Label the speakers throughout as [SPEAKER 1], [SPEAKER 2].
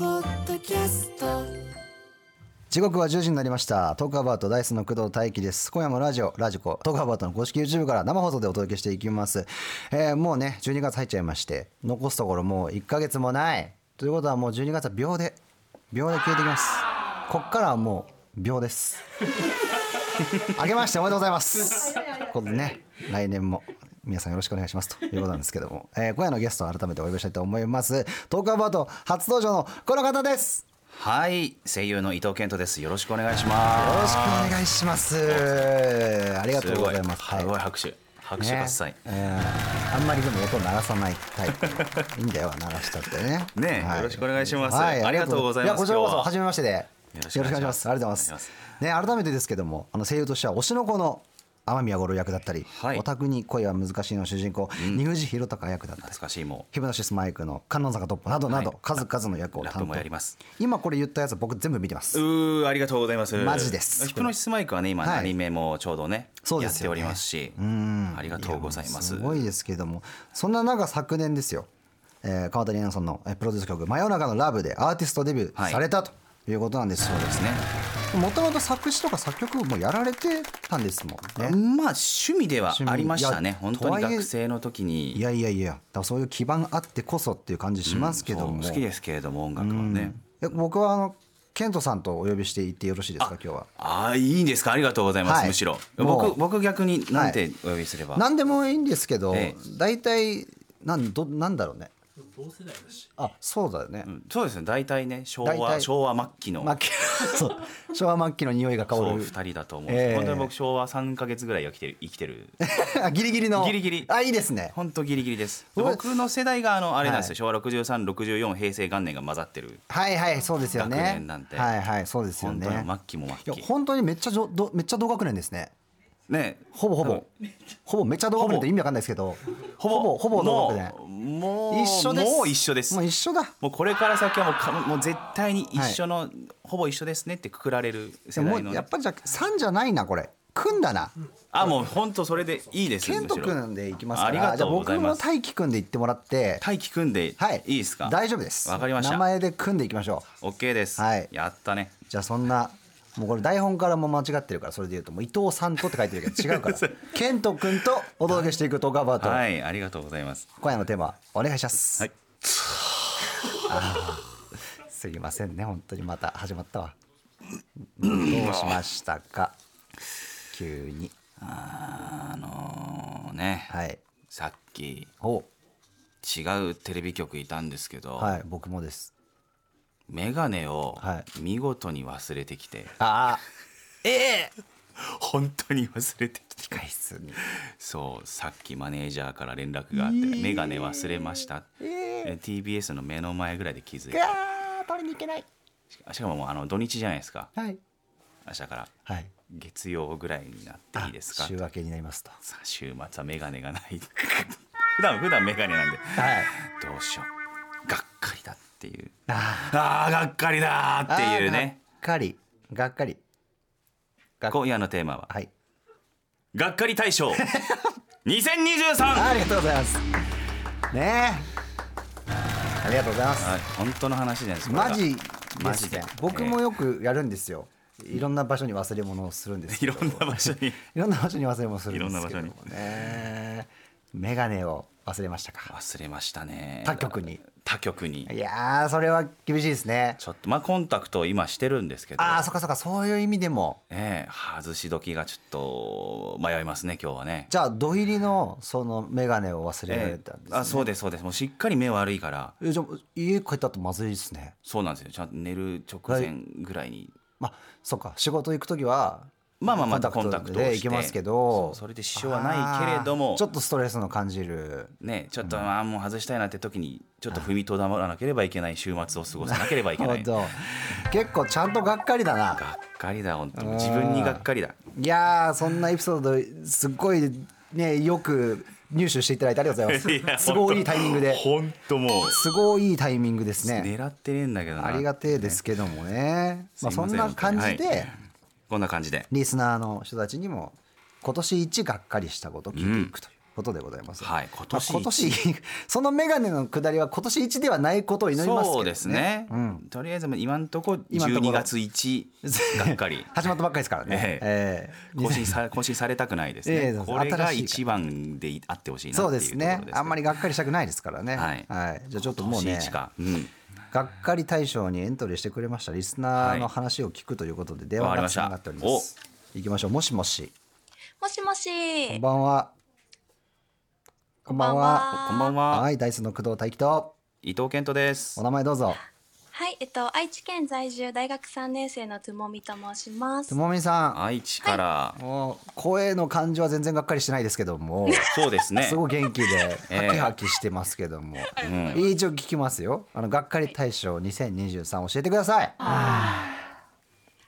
[SPEAKER 1] キャスト
[SPEAKER 2] 時刻は10時になりましたトークアバートダイスの工藤大輝です今夜もラジオラジコトークアバートの公式 YouTube から生放送でお届けしていきます、えーもうね12月入っちゃいまして残すところもう1ヶ月もないということはもう12月は秒で秒で消えていきますこっからはもう秒です 明けましておめでとうございますこのね来年も皆さんよろしくお願いしますということなんですけども、えー今夜のゲストを改めてお呼びしたいと思いますトークアバート初登場のこの方です
[SPEAKER 3] はい、声優の伊藤健人です。よろしくお願いし
[SPEAKER 2] よ
[SPEAKER 3] ま
[SPEAKER 2] ろし
[SPEAKER 3] す。
[SPEAKER 2] くお願いします。ありが
[SPEAKER 3] す
[SPEAKER 2] とうございます。
[SPEAKER 3] ごい、すごい拍手、拍手喝
[SPEAKER 2] ね
[SPEAKER 3] 采。
[SPEAKER 2] えーあんまりでも音を鳴らさないタイプ。いいんだよ、鳴らしたってね。
[SPEAKER 3] ねえよろしくお願いしますありがとうございます
[SPEAKER 2] やこちらこそ、
[SPEAKER 3] 今日は
[SPEAKER 2] 初めましてで。よろ
[SPEAKER 3] ろ
[SPEAKER 2] し
[SPEAKER 3] し
[SPEAKER 2] く
[SPEAKER 3] く
[SPEAKER 2] お
[SPEAKER 3] お
[SPEAKER 2] 願
[SPEAKER 3] 願
[SPEAKER 2] いしま。
[SPEAKER 3] いしますす
[SPEAKER 2] ありがとうございます。ね、改めてですけども、あの声優としては推しの子の天宮五郎役だったり、
[SPEAKER 3] はい
[SPEAKER 2] オタクに恋は難しいの主人公、二藤弘隆役だったり
[SPEAKER 3] 懐。かしいも
[SPEAKER 2] ヒプノシスマイクの観音坂トップなどなど、
[SPEAKER 3] はい
[SPEAKER 2] 数々の役を
[SPEAKER 3] ラップ
[SPEAKER 2] 担
[SPEAKER 3] も
[SPEAKER 2] 当
[SPEAKER 3] やります
[SPEAKER 2] 今これ言ったやつ僕全部見てます
[SPEAKER 3] う。うー、ありがとうございます。
[SPEAKER 2] マジです
[SPEAKER 3] ヒプノシスマイクはね、今、
[SPEAKER 2] はい
[SPEAKER 3] アニメもちょうどね、
[SPEAKER 2] そうで
[SPEAKER 3] やっ
[SPEAKER 2] す
[SPEAKER 3] て
[SPEAKER 2] よ
[SPEAKER 3] お
[SPEAKER 2] ね
[SPEAKER 3] りますし、
[SPEAKER 2] うん
[SPEAKER 3] ありがとうございます。
[SPEAKER 2] やもうすごいですけれどもそんな中昨年ですよ、えー、川谷絵音さんのえープロデュース曲「真夜中のラブ」でアーティストデビューされた、ということなんですよ
[SPEAKER 3] そうです
[SPEAKER 2] もともと作詞とか作曲もやられてたんですもん
[SPEAKER 3] ね。
[SPEAKER 2] ね
[SPEAKER 3] まあ趣味ではありました
[SPEAKER 2] い
[SPEAKER 3] ね
[SPEAKER 2] や
[SPEAKER 3] 本当に
[SPEAKER 2] とはいえ
[SPEAKER 3] 学生の時
[SPEAKER 2] い
[SPEAKER 3] に
[SPEAKER 2] やいやいやだからそういう基盤あってこそっていう感じしますけども、
[SPEAKER 3] そう好きですけれども音楽はね
[SPEAKER 2] え僕はあのケントさんとお呼びしていってよろしいですか今日は
[SPEAKER 3] あーいいんですかありがとうございます、
[SPEAKER 2] はい
[SPEAKER 3] むしろ
[SPEAKER 2] もう
[SPEAKER 3] 僕僕逆になんてお呼びすれば、
[SPEAKER 2] 何でもいいんですけど
[SPEAKER 3] ええ
[SPEAKER 2] 大体なんどなんだろうねあそうだよね、
[SPEAKER 3] うんそうですね大体ね昭
[SPEAKER 2] 大体
[SPEAKER 3] 和昭和末期の
[SPEAKER 2] 末期そう昭和末期の匂いが香
[SPEAKER 3] そう
[SPEAKER 2] る
[SPEAKER 3] 2人だと思うんです、
[SPEAKER 2] ええ
[SPEAKER 3] 本当に僕昭和3か月ぐらいは生きてる生き てる
[SPEAKER 2] あギリギリの
[SPEAKER 3] ギリギリ
[SPEAKER 2] あいいですね
[SPEAKER 3] 本当ギリギリです
[SPEAKER 2] うわ
[SPEAKER 3] 僕の世代があのあれなんですよ、昭和6364平成元年が混ざってる
[SPEAKER 2] はいはいそうですよね
[SPEAKER 3] 学年なんて
[SPEAKER 2] はいはいそうですよ
[SPEAKER 3] 本
[SPEAKER 2] ね
[SPEAKER 3] 当に末期も
[SPEAKER 2] い
[SPEAKER 3] 末
[SPEAKER 2] や
[SPEAKER 3] 期
[SPEAKER 2] 本当にめっちゃじょどめっちゃ同学年ですね
[SPEAKER 3] ね
[SPEAKER 2] ほぼほぼほぼめっちゃ同学年っ
[SPEAKER 3] ほぼ
[SPEAKER 2] て意味わかんないですけど
[SPEAKER 3] ほぼ
[SPEAKER 2] ほぼ同学年
[SPEAKER 3] もうもう
[SPEAKER 2] 一緒です
[SPEAKER 3] もう一緒です
[SPEAKER 2] もう一緒だ
[SPEAKER 3] もうこれから先はもうかもう絶対に一緒の、ほぼ一緒ですねってくくられる世
[SPEAKER 2] も
[SPEAKER 3] 代の
[SPEAKER 2] う
[SPEAKER 3] ね、
[SPEAKER 2] やっぱじゃ3じゃないなこれ組んだな
[SPEAKER 3] あもう本当それでいいです
[SPEAKER 2] 健
[SPEAKER 3] む
[SPEAKER 2] 人
[SPEAKER 3] しろ
[SPEAKER 2] 君でいきますか
[SPEAKER 3] あり
[SPEAKER 2] ら
[SPEAKER 3] が
[SPEAKER 2] じゃ
[SPEAKER 3] と
[SPEAKER 2] あ
[SPEAKER 3] うご
[SPEAKER 2] 僕
[SPEAKER 3] ざいま
[SPEAKER 2] も
[SPEAKER 3] す
[SPEAKER 2] 大輝くんで行ってもらって
[SPEAKER 3] 大輝くんで、
[SPEAKER 2] はい
[SPEAKER 3] いですか
[SPEAKER 2] 大丈夫です
[SPEAKER 3] わかりました
[SPEAKER 2] 名前で組んでいきましょう
[SPEAKER 3] OK です、
[SPEAKER 2] はい
[SPEAKER 3] やったね
[SPEAKER 2] じゃあそんなもうこれ台本からも間違ってるからそれで言うともう伊藤さんとって書いてるけど違うから 健人君とお届けしていくトークアバート、
[SPEAKER 3] はいありがとうございます
[SPEAKER 2] 今夜のテーマお願いします、
[SPEAKER 3] はい
[SPEAKER 2] あーすいませんね本当にまた始まったわどうしましたか急に
[SPEAKER 3] あのね、
[SPEAKER 2] はい
[SPEAKER 3] さっき
[SPEAKER 2] お
[SPEAKER 3] 違うテレビ局いたんですけど、
[SPEAKER 2] はい僕もです
[SPEAKER 3] メガネを
[SPEAKER 2] は
[SPEAKER 3] 見事に忘れてきて、
[SPEAKER 2] ああ
[SPEAKER 3] 本当に忘れてきて
[SPEAKER 2] 機械室に
[SPEAKER 3] そうさっきマネージャーから連絡があって「メガネ忘れました」で TBS の目の前ぐらいで気づいて
[SPEAKER 2] あー取りに行けない
[SPEAKER 3] しかももうあの土日じゃないですか
[SPEAKER 2] はい
[SPEAKER 3] 明日から
[SPEAKER 2] はい
[SPEAKER 3] 月曜ぐらいになっていいですか
[SPEAKER 2] 週明けになりますと
[SPEAKER 3] さあ週末はメガネがない 普段普段メガネなんで
[SPEAKER 2] はい
[SPEAKER 3] どうしようがっかりだっていう
[SPEAKER 2] あ
[SPEAKER 3] あーがっかりだー
[SPEAKER 2] ー
[SPEAKER 3] っていうね
[SPEAKER 2] あーがっかりがっかりがっ
[SPEAKER 3] 今夜のテーマは
[SPEAKER 2] はい
[SPEAKER 3] 「がっかり大 賞2023」
[SPEAKER 2] ありがとうございますねえありがとうございます
[SPEAKER 3] はい本当の話じゃないですこれが
[SPEAKER 2] マジですね
[SPEAKER 3] マジで
[SPEAKER 2] 僕もよくやるんですよ、いろんな場所に忘れ物をするんです
[SPEAKER 3] い
[SPEAKER 2] けど
[SPEAKER 3] ろんな場所に
[SPEAKER 2] いろんな場所に忘れ物をするんですけども
[SPEAKER 3] いろ
[SPEAKER 2] ねメガネを忘れましたか
[SPEAKER 3] 忘れましたね
[SPEAKER 2] 他局に
[SPEAKER 3] 他局に
[SPEAKER 2] いやーそれは厳しいですね
[SPEAKER 3] ちょっとまあコンタクトを今してるんですけど
[SPEAKER 2] ああそっかそっかそういう意味でも
[SPEAKER 3] ええ外し時がちょっと迷いますね今日はね
[SPEAKER 2] じゃあ土入りのそのメガネを忘れられたんです、
[SPEAKER 3] ええあそうですそうですもうしっかり目悪いから
[SPEAKER 2] えじゃあ家帰った後まずいですね
[SPEAKER 3] そうなんですよちゃんと寝る直前ぐらいに、
[SPEAKER 2] まあそっか仕事行く時は
[SPEAKER 3] まあまあまた
[SPEAKER 2] コ
[SPEAKER 3] コ
[SPEAKER 2] ン
[SPEAKER 3] ン
[SPEAKER 2] タ
[SPEAKER 3] タ
[SPEAKER 2] ク
[SPEAKER 3] ク
[SPEAKER 2] ト
[SPEAKER 3] ト
[SPEAKER 2] で
[SPEAKER 3] を
[SPEAKER 2] 行けますけど
[SPEAKER 3] そうそれで支障はないけれど
[SPEAKER 2] あ
[SPEAKER 3] も
[SPEAKER 2] ーちょっとストレスの感じる
[SPEAKER 3] ねちょっとああもう外したいなって時にちょっと踏みとどまらなければいけない週末を過ごさなければいけ
[SPEAKER 2] な
[SPEAKER 3] な
[SPEAKER 2] る
[SPEAKER 3] い
[SPEAKER 2] ほ
[SPEAKER 3] が
[SPEAKER 2] ど結構ちゃんとがっかりだな
[SPEAKER 3] っかりだ本当に自分にがっかりだ
[SPEAKER 2] いやーそんなエピソードすっごいねよく入手していただいてありがとうござい
[SPEAKER 3] い
[SPEAKER 2] ま
[SPEAKER 3] や
[SPEAKER 2] すすごいいいタイミングで
[SPEAKER 3] 本当もう
[SPEAKER 2] すごいいいタイミングですね
[SPEAKER 3] 狙ってねえんだけどな
[SPEAKER 2] ありがてえですけどもねまあ
[SPEAKER 3] すい
[SPEAKER 2] そ
[SPEAKER 3] ま
[SPEAKER 2] ん
[SPEAKER 3] せ
[SPEAKER 2] な感じ
[SPEAKER 3] 本当には
[SPEAKER 2] で
[SPEAKER 3] いこんな感じで
[SPEAKER 2] リスナーの人たちにも今年一がっかりしたことを聞いていくということでございます。
[SPEAKER 3] はい今年一
[SPEAKER 2] まあ今年 そのメガネの下りは今年一ではないことを祈りますけど、
[SPEAKER 3] そ
[SPEAKER 2] ね。
[SPEAKER 3] うですね、
[SPEAKER 2] うん
[SPEAKER 3] とりあえず今のとこ
[SPEAKER 2] 今のところ
[SPEAKER 3] 12月1が っかり
[SPEAKER 2] 始まったばっかりですからね。え
[SPEAKER 3] え
[SPEAKER 2] え
[SPEAKER 3] 更新さ更新されたくないですね、
[SPEAKER 2] ええそうです
[SPEAKER 3] これが
[SPEAKER 2] 新しい
[SPEAKER 3] 一番であってほしいなってい
[SPEAKER 2] そう
[SPEAKER 3] うところ
[SPEAKER 2] で
[SPEAKER 3] です
[SPEAKER 2] すねあんまりがっかりしたくないですからね。
[SPEAKER 3] はい
[SPEAKER 2] じゃあちょっともうね
[SPEAKER 3] 今年一かうん
[SPEAKER 2] がっかり大賞にエントリーしてくれましたリスナーの話を聞くということで電話がつながっております。
[SPEAKER 3] わかりまし
[SPEAKER 2] 行きましょうもしもし。
[SPEAKER 1] もしもし。
[SPEAKER 2] こんばんは。こんばんは。
[SPEAKER 3] こんばんは、
[SPEAKER 2] はい、ダイスの工藤大輝と、
[SPEAKER 3] 伊藤健人です
[SPEAKER 2] お名前どうぞ。
[SPEAKER 1] はい、えっと、愛知県在住、大学3年生のつもみと申します
[SPEAKER 2] と。もみさ
[SPEAKER 3] 愛知から、
[SPEAKER 2] ん、もう声の感じは全然がっかりしてないですけども、
[SPEAKER 3] そうです ね
[SPEAKER 2] すごい元気で、
[SPEAKER 3] ええ
[SPEAKER 2] ハキハキしてますけども、
[SPEAKER 3] うん、
[SPEAKER 2] 一応聞きますよ。あの、がっかり大賞2023教えてください。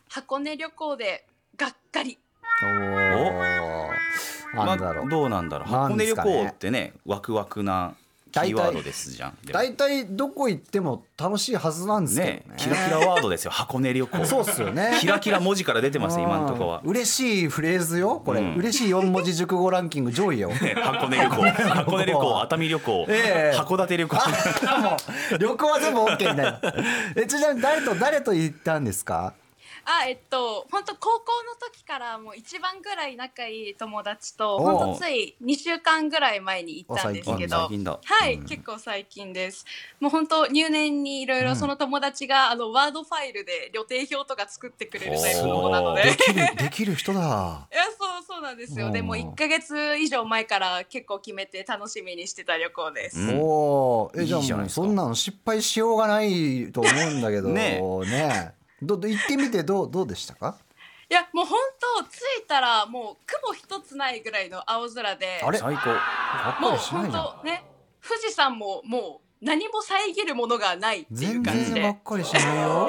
[SPEAKER 4] 箱根旅行でがっかり
[SPEAKER 2] おお、なんだろ
[SPEAKER 3] ま
[SPEAKER 2] う。
[SPEAKER 3] どうなんだろう
[SPEAKER 2] な
[SPEAKER 3] 箱
[SPEAKER 2] んで
[SPEAKER 3] 根
[SPEAKER 2] すか
[SPEAKER 3] 旅
[SPEAKER 2] ね
[SPEAKER 3] 行ってねワクワクなキーワードですじゃんでも
[SPEAKER 2] 大体どこ行っても楽しいはずなんですけどね
[SPEAKER 3] ね。キラキラワードですよ箱根旅行
[SPEAKER 2] そうっすよね。
[SPEAKER 3] キラキラ文字から出てます今のとこは
[SPEAKER 2] うん嬉しいフレーズよ、これ、
[SPEAKER 3] うん
[SPEAKER 2] 嬉しい四文字熟語ランキング上位 よ。
[SPEAKER 3] ね箱根旅行箱根旅行熱海旅行、
[SPEAKER 2] ええ
[SPEAKER 3] 函館旅行
[SPEAKER 2] もう旅行は全部 OK になるえちなみに誰と誰と行ったんですか
[SPEAKER 4] あえっと本当高校の時からもう一番ぐらい仲いい友達と
[SPEAKER 2] おう
[SPEAKER 4] 本当つい2週間ぐらい前に行ったんですけ
[SPEAKER 3] あ最
[SPEAKER 4] ど
[SPEAKER 3] 近だ
[SPEAKER 4] はい、
[SPEAKER 2] うん
[SPEAKER 4] 結構最近ですもう本当入念にいろいうろ
[SPEAKER 2] ん
[SPEAKER 4] その友達が、あのワードファイルで旅程表とか作ってくれるタイプの
[SPEAKER 3] お
[SPEAKER 4] 子
[SPEAKER 3] う
[SPEAKER 4] なのでい
[SPEAKER 2] できるできる人だ
[SPEAKER 4] やそうそうなんですよでも
[SPEAKER 2] おう
[SPEAKER 4] 1か月以上前から結構決めて楽しみにしてた旅行です、
[SPEAKER 3] うん
[SPEAKER 2] おーえじゃあ
[SPEAKER 3] いいじゃ
[SPEAKER 2] も
[SPEAKER 3] ないうですか
[SPEAKER 2] そんなの失敗しようがないと思うんだけどね
[SPEAKER 3] ね
[SPEAKER 2] どど行ってみてどうどうでしたか
[SPEAKER 4] いやもう本当着いたらもう雲一つないぐらいの青空で
[SPEAKER 2] あれ
[SPEAKER 3] 最高
[SPEAKER 2] がっか
[SPEAKER 4] もう
[SPEAKER 2] りしない
[SPEAKER 4] 本
[SPEAKER 2] じゃん
[SPEAKER 4] 当ね富士山ももう何も遮るものがないっていう
[SPEAKER 2] 全
[SPEAKER 4] 感じ
[SPEAKER 2] 然
[SPEAKER 4] でい
[SPEAKER 2] がっ
[SPEAKER 4] や
[SPEAKER 2] かりしないよ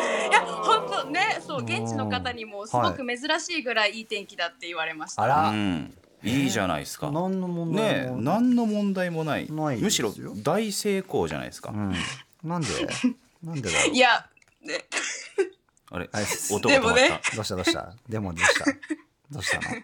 [SPEAKER 4] 本当ねそう
[SPEAKER 2] うん
[SPEAKER 4] 現地の方にもすごく珍しいぐらいいい天気だって言われました、
[SPEAKER 2] あ
[SPEAKER 3] う
[SPEAKER 2] ら
[SPEAKER 3] ん、いいじゃないですか、
[SPEAKER 2] 何の問題
[SPEAKER 3] ねえ
[SPEAKER 2] も
[SPEAKER 3] 何の問題もない
[SPEAKER 2] ない
[SPEAKER 3] む
[SPEAKER 2] です
[SPEAKER 3] し
[SPEAKER 2] よ
[SPEAKER 3] ろ大成功じゃないですか、
[SPEAKER 2] うんなんでなんでだろう
[SPEAKER 4] いやね
[SPEAKER 3] あれ
[SPEAKER 2] あれ
[SPEAKER 3] 音が止まっ
[SPEAKER 4] で
[SPEAKER 3] た、
[SPEAKER 4] もね
[SPEAKER 2] どうしたどうしたでもどうしたどうしたの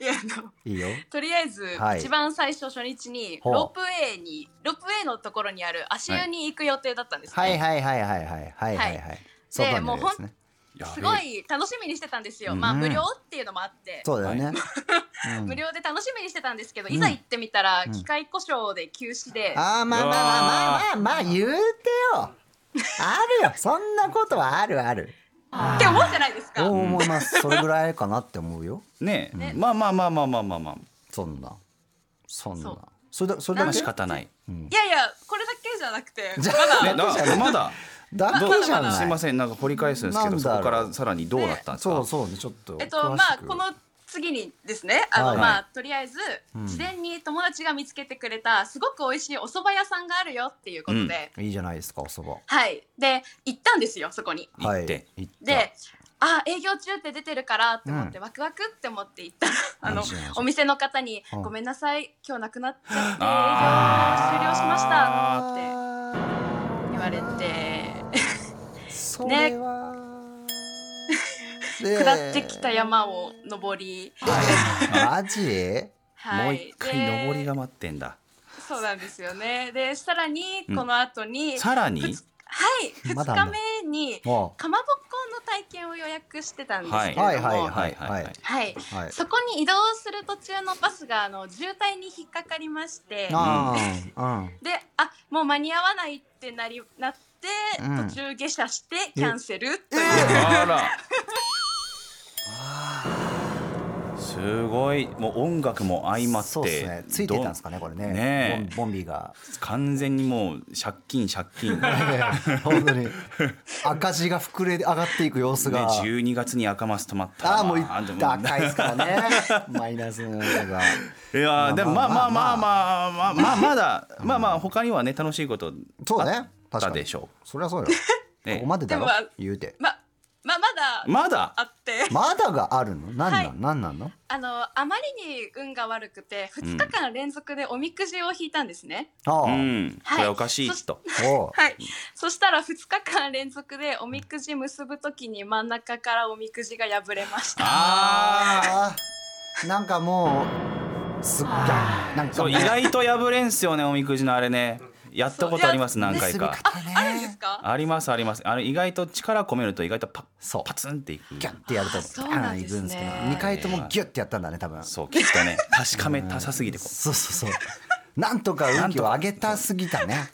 [SPEAKER 4] いやあの
[SPEAKER 2] いいよ
[SPEAKER 4] とりあえず、
[SPEAKER 2] はい
[SPEAKER 4] 一番最初初日に
[SPEAKER 2] ほう
[SPEAKER 4] ロープウェイにロープウェイのところにある足湯に行く予定だったんですね、
[SPEAKER 2] はいはいはいはいはいはいはいはい。そうだね
[SPEAKER 4] もうほん
[SPEAKER 2] ですね
[SPEAKER 3] やべえ
[SPEAKER 4] すごい楽しみにしてたんですよ、
[SPEAKER 3] うん
[SPEAKER 4] まあ無料っていうのもあって
[SPEAKER 2] そうだよね。うん
[SPEAKER 4] 無料で楽しみにしてたんですけど、
[SPEAKER 2] ん
[SPEAKER 4] いざ行ってみたら、
[SPEAKER 2] うん
[SPEAKER 4] 機械故障で休止で、
[SPEAKER 2] あーまあまあまあまあまあまあ言うてよ。あるよ。そんなことはあるある。
[SPEAKER 4] って思うじゃないですか。
[SPEAKER 2] そう思います。それぐらいかなって思うよ。
[SPEAKER 3] ねえ
[SPEAKER 4] ね
[SPEAKER 3] まあまあまあまあまあまあまあ
[SPEAKER 2] そんな。そん
[SPEAKER 4] そ
[SPEAKER 2] な
[SPEAKER 4] う。
[SPEAKER 2] それだそれ
[SPEAKER 3] ま
[SPEAKER 2] だ
[SPEAKER 3] あ
[SPEAKER 2] け
[SPEAKER 3] 仕方ない、
[SPEAKER 2] うん
[SPEAKER 4] いやいやこれだけじゃなくて
[SPEAKER 2] じゃ
[SPEAKER 4] ま
[SPEAKER 3] ね、
[SPEAKER 4] だ
[SPEAKER 3] だからまだ
[SPEAKER 2] だ
[SPEAKER 3] ど
[SPEAKER 2] けじゃ
[SPEAKER 4] まだまだ
[SPEAKER 3] すい
[SPEAKER 2] な
[SPEAKER 3] ま
[SPEAKER 2] い。
[SPEAKER 3] せんなんか掘り返すんですけ
[SPEAKER 2] な
[SPEAKER 3] ど
[SPEAKER 2] ん
[SPEAKER 3] そ
[SPEAKER 2] だろう
[SPEAKER 3] こからさらにどうなったんです
[SPEAKER 2] そう
[SPEAKER 3] か
[SPEAKER 2] そうねちょっと。
[SPEAKER 4] えっと
[SPEAKER 2] 詳
[SPEAKER 4] ま
[SPEAKER 2] し
[SPEAKER 4] あ
[SPEAKER 2] く
[SPEAKER 4] この次にですねあの、
[SPEAKER 2] はい
[SPEAKER 4] まあとりあえず、
[SPEAKER 2] うん
[SPEAKER 4] 事前に友達が見つけてくれたすごく美味しいお蕎麦屋さんがあるよっていうことで、
[SPEAKER 3] うん
[SPEAKER 2] いいじゃないですかおそば。
[SPEAKER 4] はいで行ったんですよそこに。
[SPEAKER 3] 行
[SPEAKER 2] は
[SPEAKER 3] っ
[SPEAKER 2] い。
[SPEAKER 3] て
[SPEAKER 2] 行った
[SPEAKER 4] であ営業中って出てるからって思って、ワクワクって思って行ったらあの
[SPEAKER 2] 何しないの
[SPEAKER 4] お店の方に、
[SPEAKER 2] うん
[SPEAKER 4] ごめんなさい今日なくなっち
[SPEAKER 3] あ
[SPEAKER 4] ゃ
[SPEAKER 3] ー
[SPEAKER 4] って営業終了しました」って
[SPEAKER 2] あ
[SPEAKER 4] 言われて。
[SPEAKER 2] ーそれは。
[SPEAKER 4] 下ってきた山を登り、
[SPEAKER 2] マジ
[SPEAKER 4] はい、
[SPEAKER 3] もう一回登りが
[SPEAKER 4] で
[SPEAKER 3] 待ってんだ
[SPEAKER 4] そうなんですよねでさらに
[SPEAKER 3] うん
[SPEAKER 4] この後に、
[SPEAKER 3] さらに
[SPEAKER 4] ふつはい
[SPEAKER 2] ま
[SPEAKER 4] 2
[SPEAKER 2] だあ
[SPEAKER 4] 日
[SPEAKER 2] んの
[SPEAKER 4] 目に
[SPEAKER 2] も
[SPEAKER 4] かまぼっこの体験を予約してたんですけれども、
[SPEAKER 2] は
[SPEAKER 4] はいい
[SPEAKER 2] はい
[SPEAKER 3] はいはいはい
[SPEAKER 2] う、はい。
[SPEAKER 4] そこに移動する途中のバスがあの渋滞に引っかかりまして
[SPEAKER 2] ああ、うん。
[SPEAKER 4] であもう間に合わないってなりなって、
[SPEAKER 2] うん
[SPEAKER 4] 途中下車してキャンセルという、
[SPEAKER 3] あら。すごい、もう音楽も相まって。
[SPEAKER 2] そうですね。ついてたんですかね、これね。
[SPEAKER 3] ねえ
[SPEAKER 2] ボンボンビーが。
[SPEAKER 3] どん完全にもう借金借金。ね、
[SPEAKER 2] 本当に。赤字が膨れ上がっていく様子が。
[SPEAKER 3] 12月に赤マス止まったら。
[SPEAKER 2] ああ、もうい
[SPEAKER 3] までも
[SPEAKER 2] った赤いですからね。 マイナスのやつが。
[SPEAKER 3] いやーでも
[SPEAKER 2] まあ
[SPEAKER 3] まあ
[SPEAKER 2] ま
[SPEAKER 3] ま
[SPEAKER 2] あ
[SPEAKER 3] あまあまあまあまあまだまあまあ他にはね楽しいこと
[SPEAKER 2] そうだね。
[SPEAKER 3] あっ
[SPEAKER 2] 確
[SPEAKER 3] た
[SPEAKER 2] か
[SPEAKER 3] で
[SPEAKER 2] に。
[SPEAKER 3] しょ
[SPEAKER 2] そりゃそうよ。
[SPEAKER 3] ええ
[SPEAKER 2] ここまでだろ
[SPEAKER 4] でもまあ、
[SPEAKER 2] 言うて。
[SPEAKER 4] まままだ
[SPEAKER 3] う。まだ
[SPEAKER 4] あって、
[SPEAKER 2] まだがあるの何な
[SPEAKER 4] は
[SPEAKER 2] ん何なんの
[SPEAKER 4] あのあまりに運が悪くて2日間連続でおみくじを引いたんですね、
[SPEAKER 2] ああ
[SPEAKER 3] う。ん
[SPEAKER 4] はい
[SPEAKER 3] これおかしいと
[SPEAKER 2] おう
[SPEAKER 4] はいそしたら2日間連続でおみくじ結ぶときに真ん中からおみくじが破れました
[SPEAKER 3] あ
[SPEAKER 2] あーなんかもうすっかなんか
[SPEAKER 3] そう意外と破れんすよねおみくじのあれねやったことあります何回
[SPEAKER 2] 結び
[SPEAKER 3] か
[SPEAKER 2] 方ね
[SPEAKER 4] あるんですか
[SPEAKER 3] ありますありますあれ意外と力込めると意外とパ
[SPEAKER 2] そ
[SPEAKER 3] ッ
[SPEAKER 2] う
[SPEAKER 3] パツンっていく
[SPEAKER 2] ギュッてやると
[SPEAKER 4] そう
[SPEAKER 2] ガ
[SPEAKER 4] な
[SPEAKER 2] ーン
[SPEAKER 4] ん
[SPEAKER 2] い
[SPEAKER 4] で
[SPEAKER 2] く
[SPEAKER 4] す
[SPEAKER 2] ん
[SPEAKER 4] ね
[SPEAKER 2] ですけど2回ともギュッてやったんだね多分
[SPEAKER 3] そうきっ とね確かめたさすぎてこう
[SPEAKER 2] そうそうそうなんとか運気を上げたすぎたね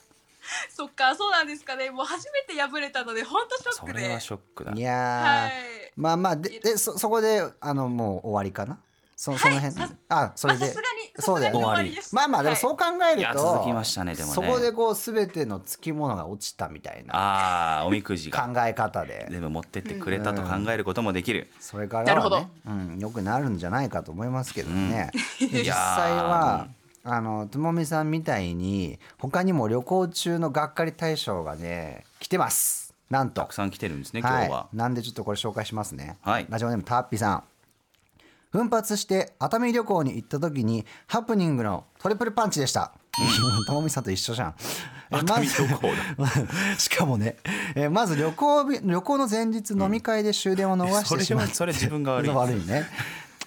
[SPEAKER 4] そっかそうなんですかねもう初めて破れたので本当ショ
[SPEAKER 3] そ
[SPEAKER 4] ックで
[SPEAKER 3] れはショックだ
[SPEAKER 2] い
[SPEAKER 4] は
[SPEAKER 2] やー
[SPEAKER 4] い
[SPEAKER 2] まあまあででそそこであのもう終わりかなそその辺、あそれで
[SPEAKER 4] まあさすがに
[SPEAKER 2] そうだ
[SPEAKER 4] さすがに
[SPEAKER 2] よね
[SPEAKER 3] 終わり
[SPEAKER 4] です
[SPEAKER 2] まあまあでもそう考え
[SPEAKER 3] い
[SPEAKER 2] る
[SPEAKER 3] や
[SPEAKER 2] と、
[SPEAKER 3] 続きましたねでもね
[SPEAKER 2] そこでこう全てのつきものが落ちたみたいな
[SPEAKER 3] あーおみくじ
[SPEAKER 2] 考
[SPEAKER 3] が
[SPEAKER 2] え方で
[SPEAKER 3] 全部持ってってくれたと考えることもできる、
[SPEAKER 2] それから
[SPEAKER 4] なるほど
[SPEAKER 2] はね、うん、よくなるんじゃないかと思いますけどね、で
[SPEAKER 3] い
[SPEAKER 2] 実際
[SPEAKER 3] やー
[SPEAKER 2] はあのともみさんみたいに他にも旅行中のがっかり大賞がね来てますなんと
[SPEAKER 3] たくさん来てるんですね今
[SPEAKER 2] は
[SPEAKER 3] 日
[SPEAKER 2] い
[SPEAKER 3] は、
[SPEAKER 2] なんでちょっとこれ紹介しますね、
[SPEAKER 3] はい
[SPEAKER 2] ラジオネームタッピーさん奮発して熱海旅行に行った時にハプニングのトリプルパンチでした ともみさんと一緒じゃんえ
[SPEAKER 3] 熱 海旅行だ
[SPEAKER 2] しかもね、えーまず旅行日旅行の前日飲み会で終電を逃し
[SPEAKER 3] そ
[SPEAKER 2] て
[SPEAKER 3] れ
[SPEAKER 2] しまっ
[SPEAKER 3] は
[SPEAKER 2] て
[SPEAKER 3] それ自分が悪い
[SPEAKER 2] 悪いね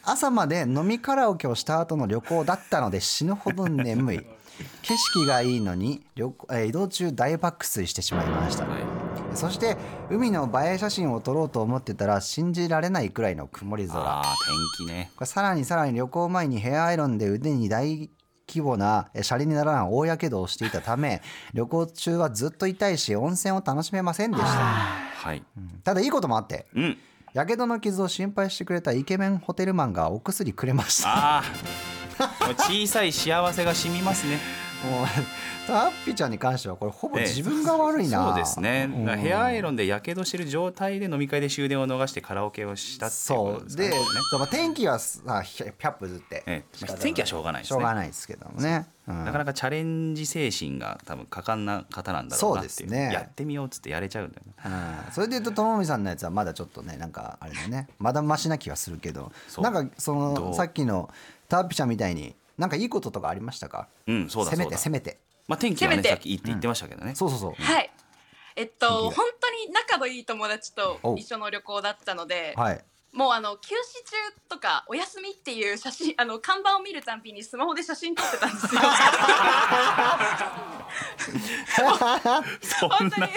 [SPEAKER 2] 朝まで飲みカラオケをした後の旅行だったので死ぬほど眠い 景色がいいのに旅行、えー移動中大爆睡してしまいました
[SPEAKER 3] はい
[SPEAKER 2] そして海の映え写真を撮ろうと思ってたら信じられないくらいの曇り空
[SPEAKER 3] あー天気ね
[SPEAKER 2] これさらにさらに旅行前にヘアアイロンで腕に大規模なえシャリにならない大やけどをしていたため旅行中はずっと痛いし温泉を楽しめませんでした
[SPEAKER 3] はい
[SPEAKER 2] ただいいこともあって
[SPEAKER 3] うん
[SPEAKER 2] やけどの傷を心配してくれたイケメンホテルマンがお薬くれました
[SPEAKER 3] あ あ小さい幸せがしみますね
[SPEAKER 2] もうタッピちゃんに関してはこれほぼ自分が悪いな、
[SPEAKER 3] そうですね、だから
[SPEAKER 2] うん
[SPEAKER 3] ヘアアイロンでやけどしてる状態で飲み会で終電を逃してカラオケをしたっていうこ
[SPEAKER 2] そ
[SPEAKER 3] とです
[SPEAKER 2] う
[SPEAKER 3] かね
[SPEAKER 2] で、
[SPEAKER 3] これね
[SPEAKER 2] そうまあ天気はさひゃキャップずって、
[SPEAKER 3] ええまあ天気はしょうがないです
[SPEAKER 2] し
[SPEAKER 3] ね
[SPEAKER 2] ょうがないですけどもね、うん
[SPEAKER 3] なかなかチャレンジ精神が多分果敢な方なんだろうなっていう
[SPEAKER 2] そうですね
[SPEAKER 3] やってみようっつってやれちゃうんだよね
[SPEAKER 2] うんそれで言うとともみさんのやつはまだちょっとねなんかあれだねまだマシな気はするけど
[SPEAKER 3] そう
[SPEAKER 2] なんかそ
[SPEAKER 3] ど
[SPEAKER 2] の
[SPEAKER 3] う
[SPEAKER 2] さっきのタッピちゃんみたいになんかいいこととかありましたか
[SPEAKER 3] うんそうだそうだ
[SPEAKER 2] せめてせめて
[SPEAKER 3] まあ天気は
[SPEAKER 4] せ
[SPEAKER 3] ね
[SPEAKER 4] めて
[SPEAKER 3] さっきいいって言ってましたけどね、
[SPEAKER 2] そうそうそう、
[SPEAKER 4] はいえっ
[SPEAKER 2] 元
[SPEAKER 4] と
[SPEAKER 2] 気
[SPEAKER 4] 本当に仲のいい友達と
[SPEAKER 2] お
[SPEAKER 4] 一緒の旅行だったので、
[SPEAKER 2] はい
[SPEAKER 4] もうあの休止中とかお休みっていう写真 あの看板を見るたんびにスマホで写真撮ってたんですよ
[SPEAKER 3] そんな
[SPEAKER 4] 本当に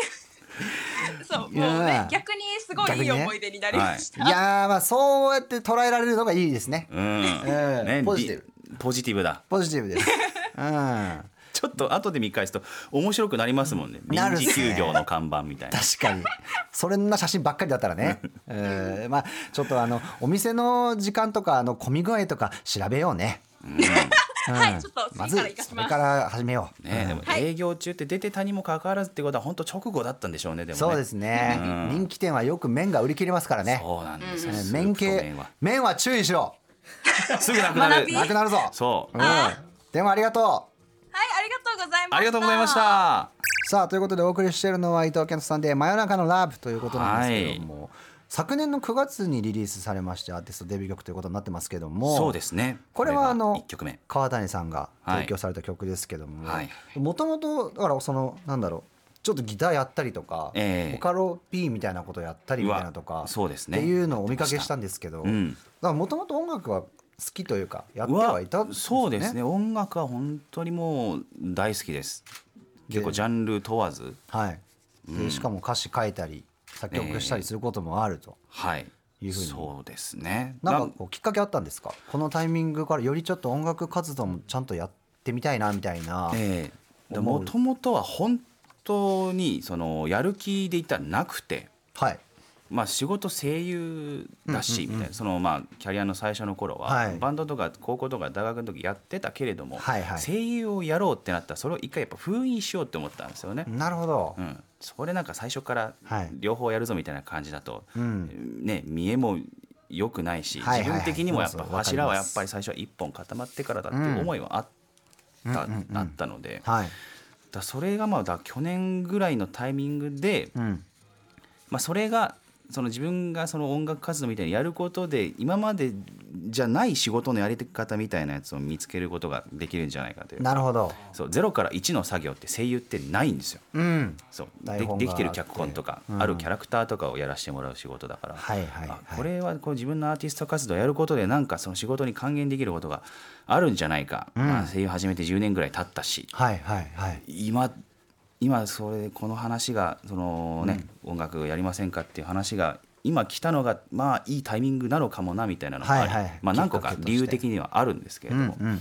[SPEAKER 4] そうもう
[SPEAKER 2] いや
[SPEAKER 4] ね
[SPEAKER 2] ー
[SPEAKER 4] 逆にすごいいい思い出になりまし
[SPEAKER 2] い
[SPEAKER 4] た、
[SPEAKER 2] やーまあそうやって捉えられるのがいいですね
[SPEAKER 3] うん、
[SPEAKER 2] ええポジティブ
[SPEAKER 3] リポジティブだ
[SPEAKER 2] ポジティブです うん
[SPEAKER 3] ちょっと後で見返すと面白くなりますもんね
[SPEAKER 2] なる
[SPEAKER 3] 臨
[SPEAKER 2] っす
[SPEAKER 3] 時
[SPEAKER 2] ね
[SPEAKER 3] 休業の看板みたいな
[SPEAKER 2] 確かにそれんな写真ばっかりだったらね、えーまあちょっとあのお店の時間とかあの混み具合とか調べようね、うん
[SPEAKER 4] はいちょっと次
[SPEAKER 2] ず
[SPEAKER 4] から行かし
[SPEAKER 2] そ
[SPEAKER 4] ます
[SPEAKER 2] れから始めよう、
[SPEAKER 3] ねえでも営業中って出てたにもかかわらずってことは本当直後だったんでしょうねでもね
[SPEAKER 2] そうですね、
[SPEAKER 3] うん
[SPEAKER 2] 人気店はよく麺が売り切れますからね
[SPEAKER 3] そうなんですよ、
[SPEAKER 2] えー
[SPEAKER 3] スープ
[SPEAKER 2] 麺
[SPEAKER 3] と
[SPEAKER 2] 系
[SPEAKER 3] 麺は
[SPEAKER 2] 麺は注意しろ
[SPEAKER 3] すぐなくなる
[SPEAKER 4] 学び
[SPEAKER 2] なくなるぞ
[SPEAKER 3] そう
[SPEAKER 2] うん、でもありがとう
[SPEAKER 4] はいありがとうございました
[SPEAKER 3] ありがとうございました
[SPEAKER 2] さあということでお送りしているのは伊藤健人さんで「真夜中のラブ」ということなんですけども、昨年の9月にリリースされましてアーティストデビュー曲ということになってますけども
[SPEAKER 3] そうですね
[SPEAKER 2] これはあの
[SPEAKER 3] 一曲目
[SPEAKER 2] 川谷さんが提供された曲ですけども
[SPEAKER 3] はい
[SPEAKER 2] もともとだからそのなんだろうちょっとギターやったりとか、
[SPEAKER 3] ええ
[SPEAKER 2] ボカロ P みたいなことやったりみたいなと
[SPEAKER 3] う
[SPEAKER 2] か
[SPEAKER 3] わそうですね
[SPEAKER 2] っていうのをお見かけしたんですけど、
[SPEAKER 3] うん
[SPEAKER 2] だからもともと音楽は好きというかやってはいたん
[SPEAKER 3] うわそうですね音楽は本当にもう大好きです結構ジャンル問わず
[SPEAKER 2] はい、でしかも歌詞書いたり作曲したりすることもあると、
[SPEAKER 3] はい
[SPEAKER 2] いうふうに
[SPEAKER 3] そうですね
[SPEAKER 2] なんかこうきっかけあったんですかこのタイミングからよりちょっと音楽活動もちゃんとやってみたいなみたいな、
[SPEAKER 3] ええで
[SPEAKER 2] 思う
[SPEAKER 3] もともとは本当にそのやる気でいったらなくて、
[SPEAKER 2] はい
[SPEAKER 3] まあ、仕事声優だしみたいな、そのまあキャリアの最初の頃は、
[SPEAKER 2] はい
[SPEAKER 3] バンドとか高校とか大学の時やってたけれども、
[SPEAKER 2] はいはい
[SPEAKER 3] 声優をやろうってなったらそれを一回やっぱ封印しようって思ったんですよね。
[SPEAKER 2] なるほど、
[SPEAKER 3] うん、それなんか最初から
[SPEAKER 2] はい
[SPEAKER 3] 両方やるぞみたいな感じだと、
[SPEAKER 2] うん
[SPEAKER 3] ね、見えも良くないし、
[SPEAKER 2] はいはいはい
[SPEAKER 3] 自分的にもやっ
[SPEAKER 2] そう
[SPEAKER 3] ぱ
[SPEAKER 2] そうわかります
[SPEAKER 3] 柱はやっぱり最初は一本固まってからだっていう思いはあった,、
[SPEAKER 2] うんうんうんうん
[SPEAKER 3] あったので、
[SPEAKER 2] はい、
[SPEAKER 3] だそれがまあだ去年ぐらいのタイミングで、
[SPEAKER 2] うん、
[SPEAKER 3] まあ、それがその自分がその音楽活動みたいにやることで今までじゃない仕事のやり方みたいなやつを見つけることができるんじゃないかという
[SPEAKER 2] なるほど
[SPEAKER 3] そう0から1の作業って声優ってないんですよ
[SPEAKER 2] うん
[SPEAKER 3] そう
[SPEAKER 2] 台
[SPEAKER 3] で
[SPEAKER 2] 本が
[SPEAKER 3] できてる脚本とか、
[SPEAKER 2] うん
[SPEAKER 3] あるキャラクターとかをやらせてもらう仕事だから、
[SPEAKER 2] はいはいはい
[SPEAKER 3] あこれはこう自分のアーティスト活動をやることでなんかその仕事に還元できることがあるんじゃないか、まあ、声優始めて10年ぐらい経ったし
[SPEAKER 2] はいはいはい
[SPEAKER 3] 今今それこの話がその、ね音楽やりませんかっていう話が今来たのがまあいいタイミングなのかもなみたいなのがある、
[SPEAKER 2] はいはい
[SPEAKER 3] まあ、何個
[SPEAKER 2] きっ
[SPEAKER 3] か
[SPEAKER 2] かけとして
[SPEAKER 3] 理由的にはあるんですけれ
[SPEAKER 2] う
[SPEAKER 3] ど
[SPEAKER 2] んうん
[SPEAKER 3] も、
[SPEAKER 2] うんうん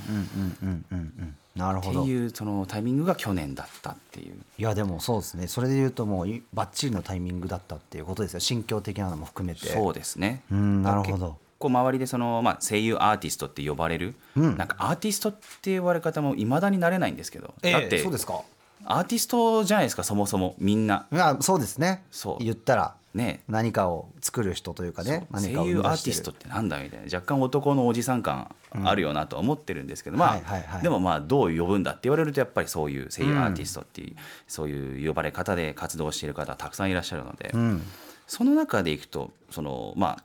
[SPEAKER 2] うんうんなるほ
[SPEAKER 3] っ
[SPEAKER 2] ど
[SPEAKER 3] て
[SPEAKER 2] い
[SPEAKER 3] いうそのタイミングが去年だったっていう。
[SPEAKER 2] やでもそうですねそれで言うともういバッチリのタイミングだったっていうことですよ心境的なのも含めて
[SPEAKER 3] そうですね、
[SPEAKER 2] うんなるほど
[SPEAKER 3] 結構周りでその、まあ、声優アーティストって呼ばれる、
[SPEAKER 2] うん
[SPEAKER 3] なんかアーティストって呼ばれ方もいまだになれないんですけど、
[SPEAKER 2] ええ
[SPEAKER 3] だって
[SPEAKER 2] そうですか
[SPEAKER 3] アーティストじゃないですかそもそもみんない
[SPEAKER 2] やそうですね
[SPEAKER 3] そう
[SPEAKER 2] 言ったら
[SPEAKER 3] ね
[SPEAKER 2] 何かを作る人というかね
[SPEAKER 3] 声
[SPEAKER 2] 何かを生
[SPEAKER 3] 優
[SPEAKER 2] み
[SPEAKER 3] ア
[SPEAKER 2] 出して
[SPEAKER 3] ーティ
[SPEAKER 2] る
[SPEAKER 3] ストってなんだみたいな若干男のおじさん感あるよなとは思ってるんですけど、まあ、
[SPEAKER 2] はいはいはい
[SPEAKER 3] でもまあどう呼ぶんだって言われるとやっぱりそういう声優アーティストっていう、そういう呼ばれ方で活動している方たくさんいらっしゃるので、
[SPEAKER 2] うん
[SPEAKER 3] その中でいくとそのまあ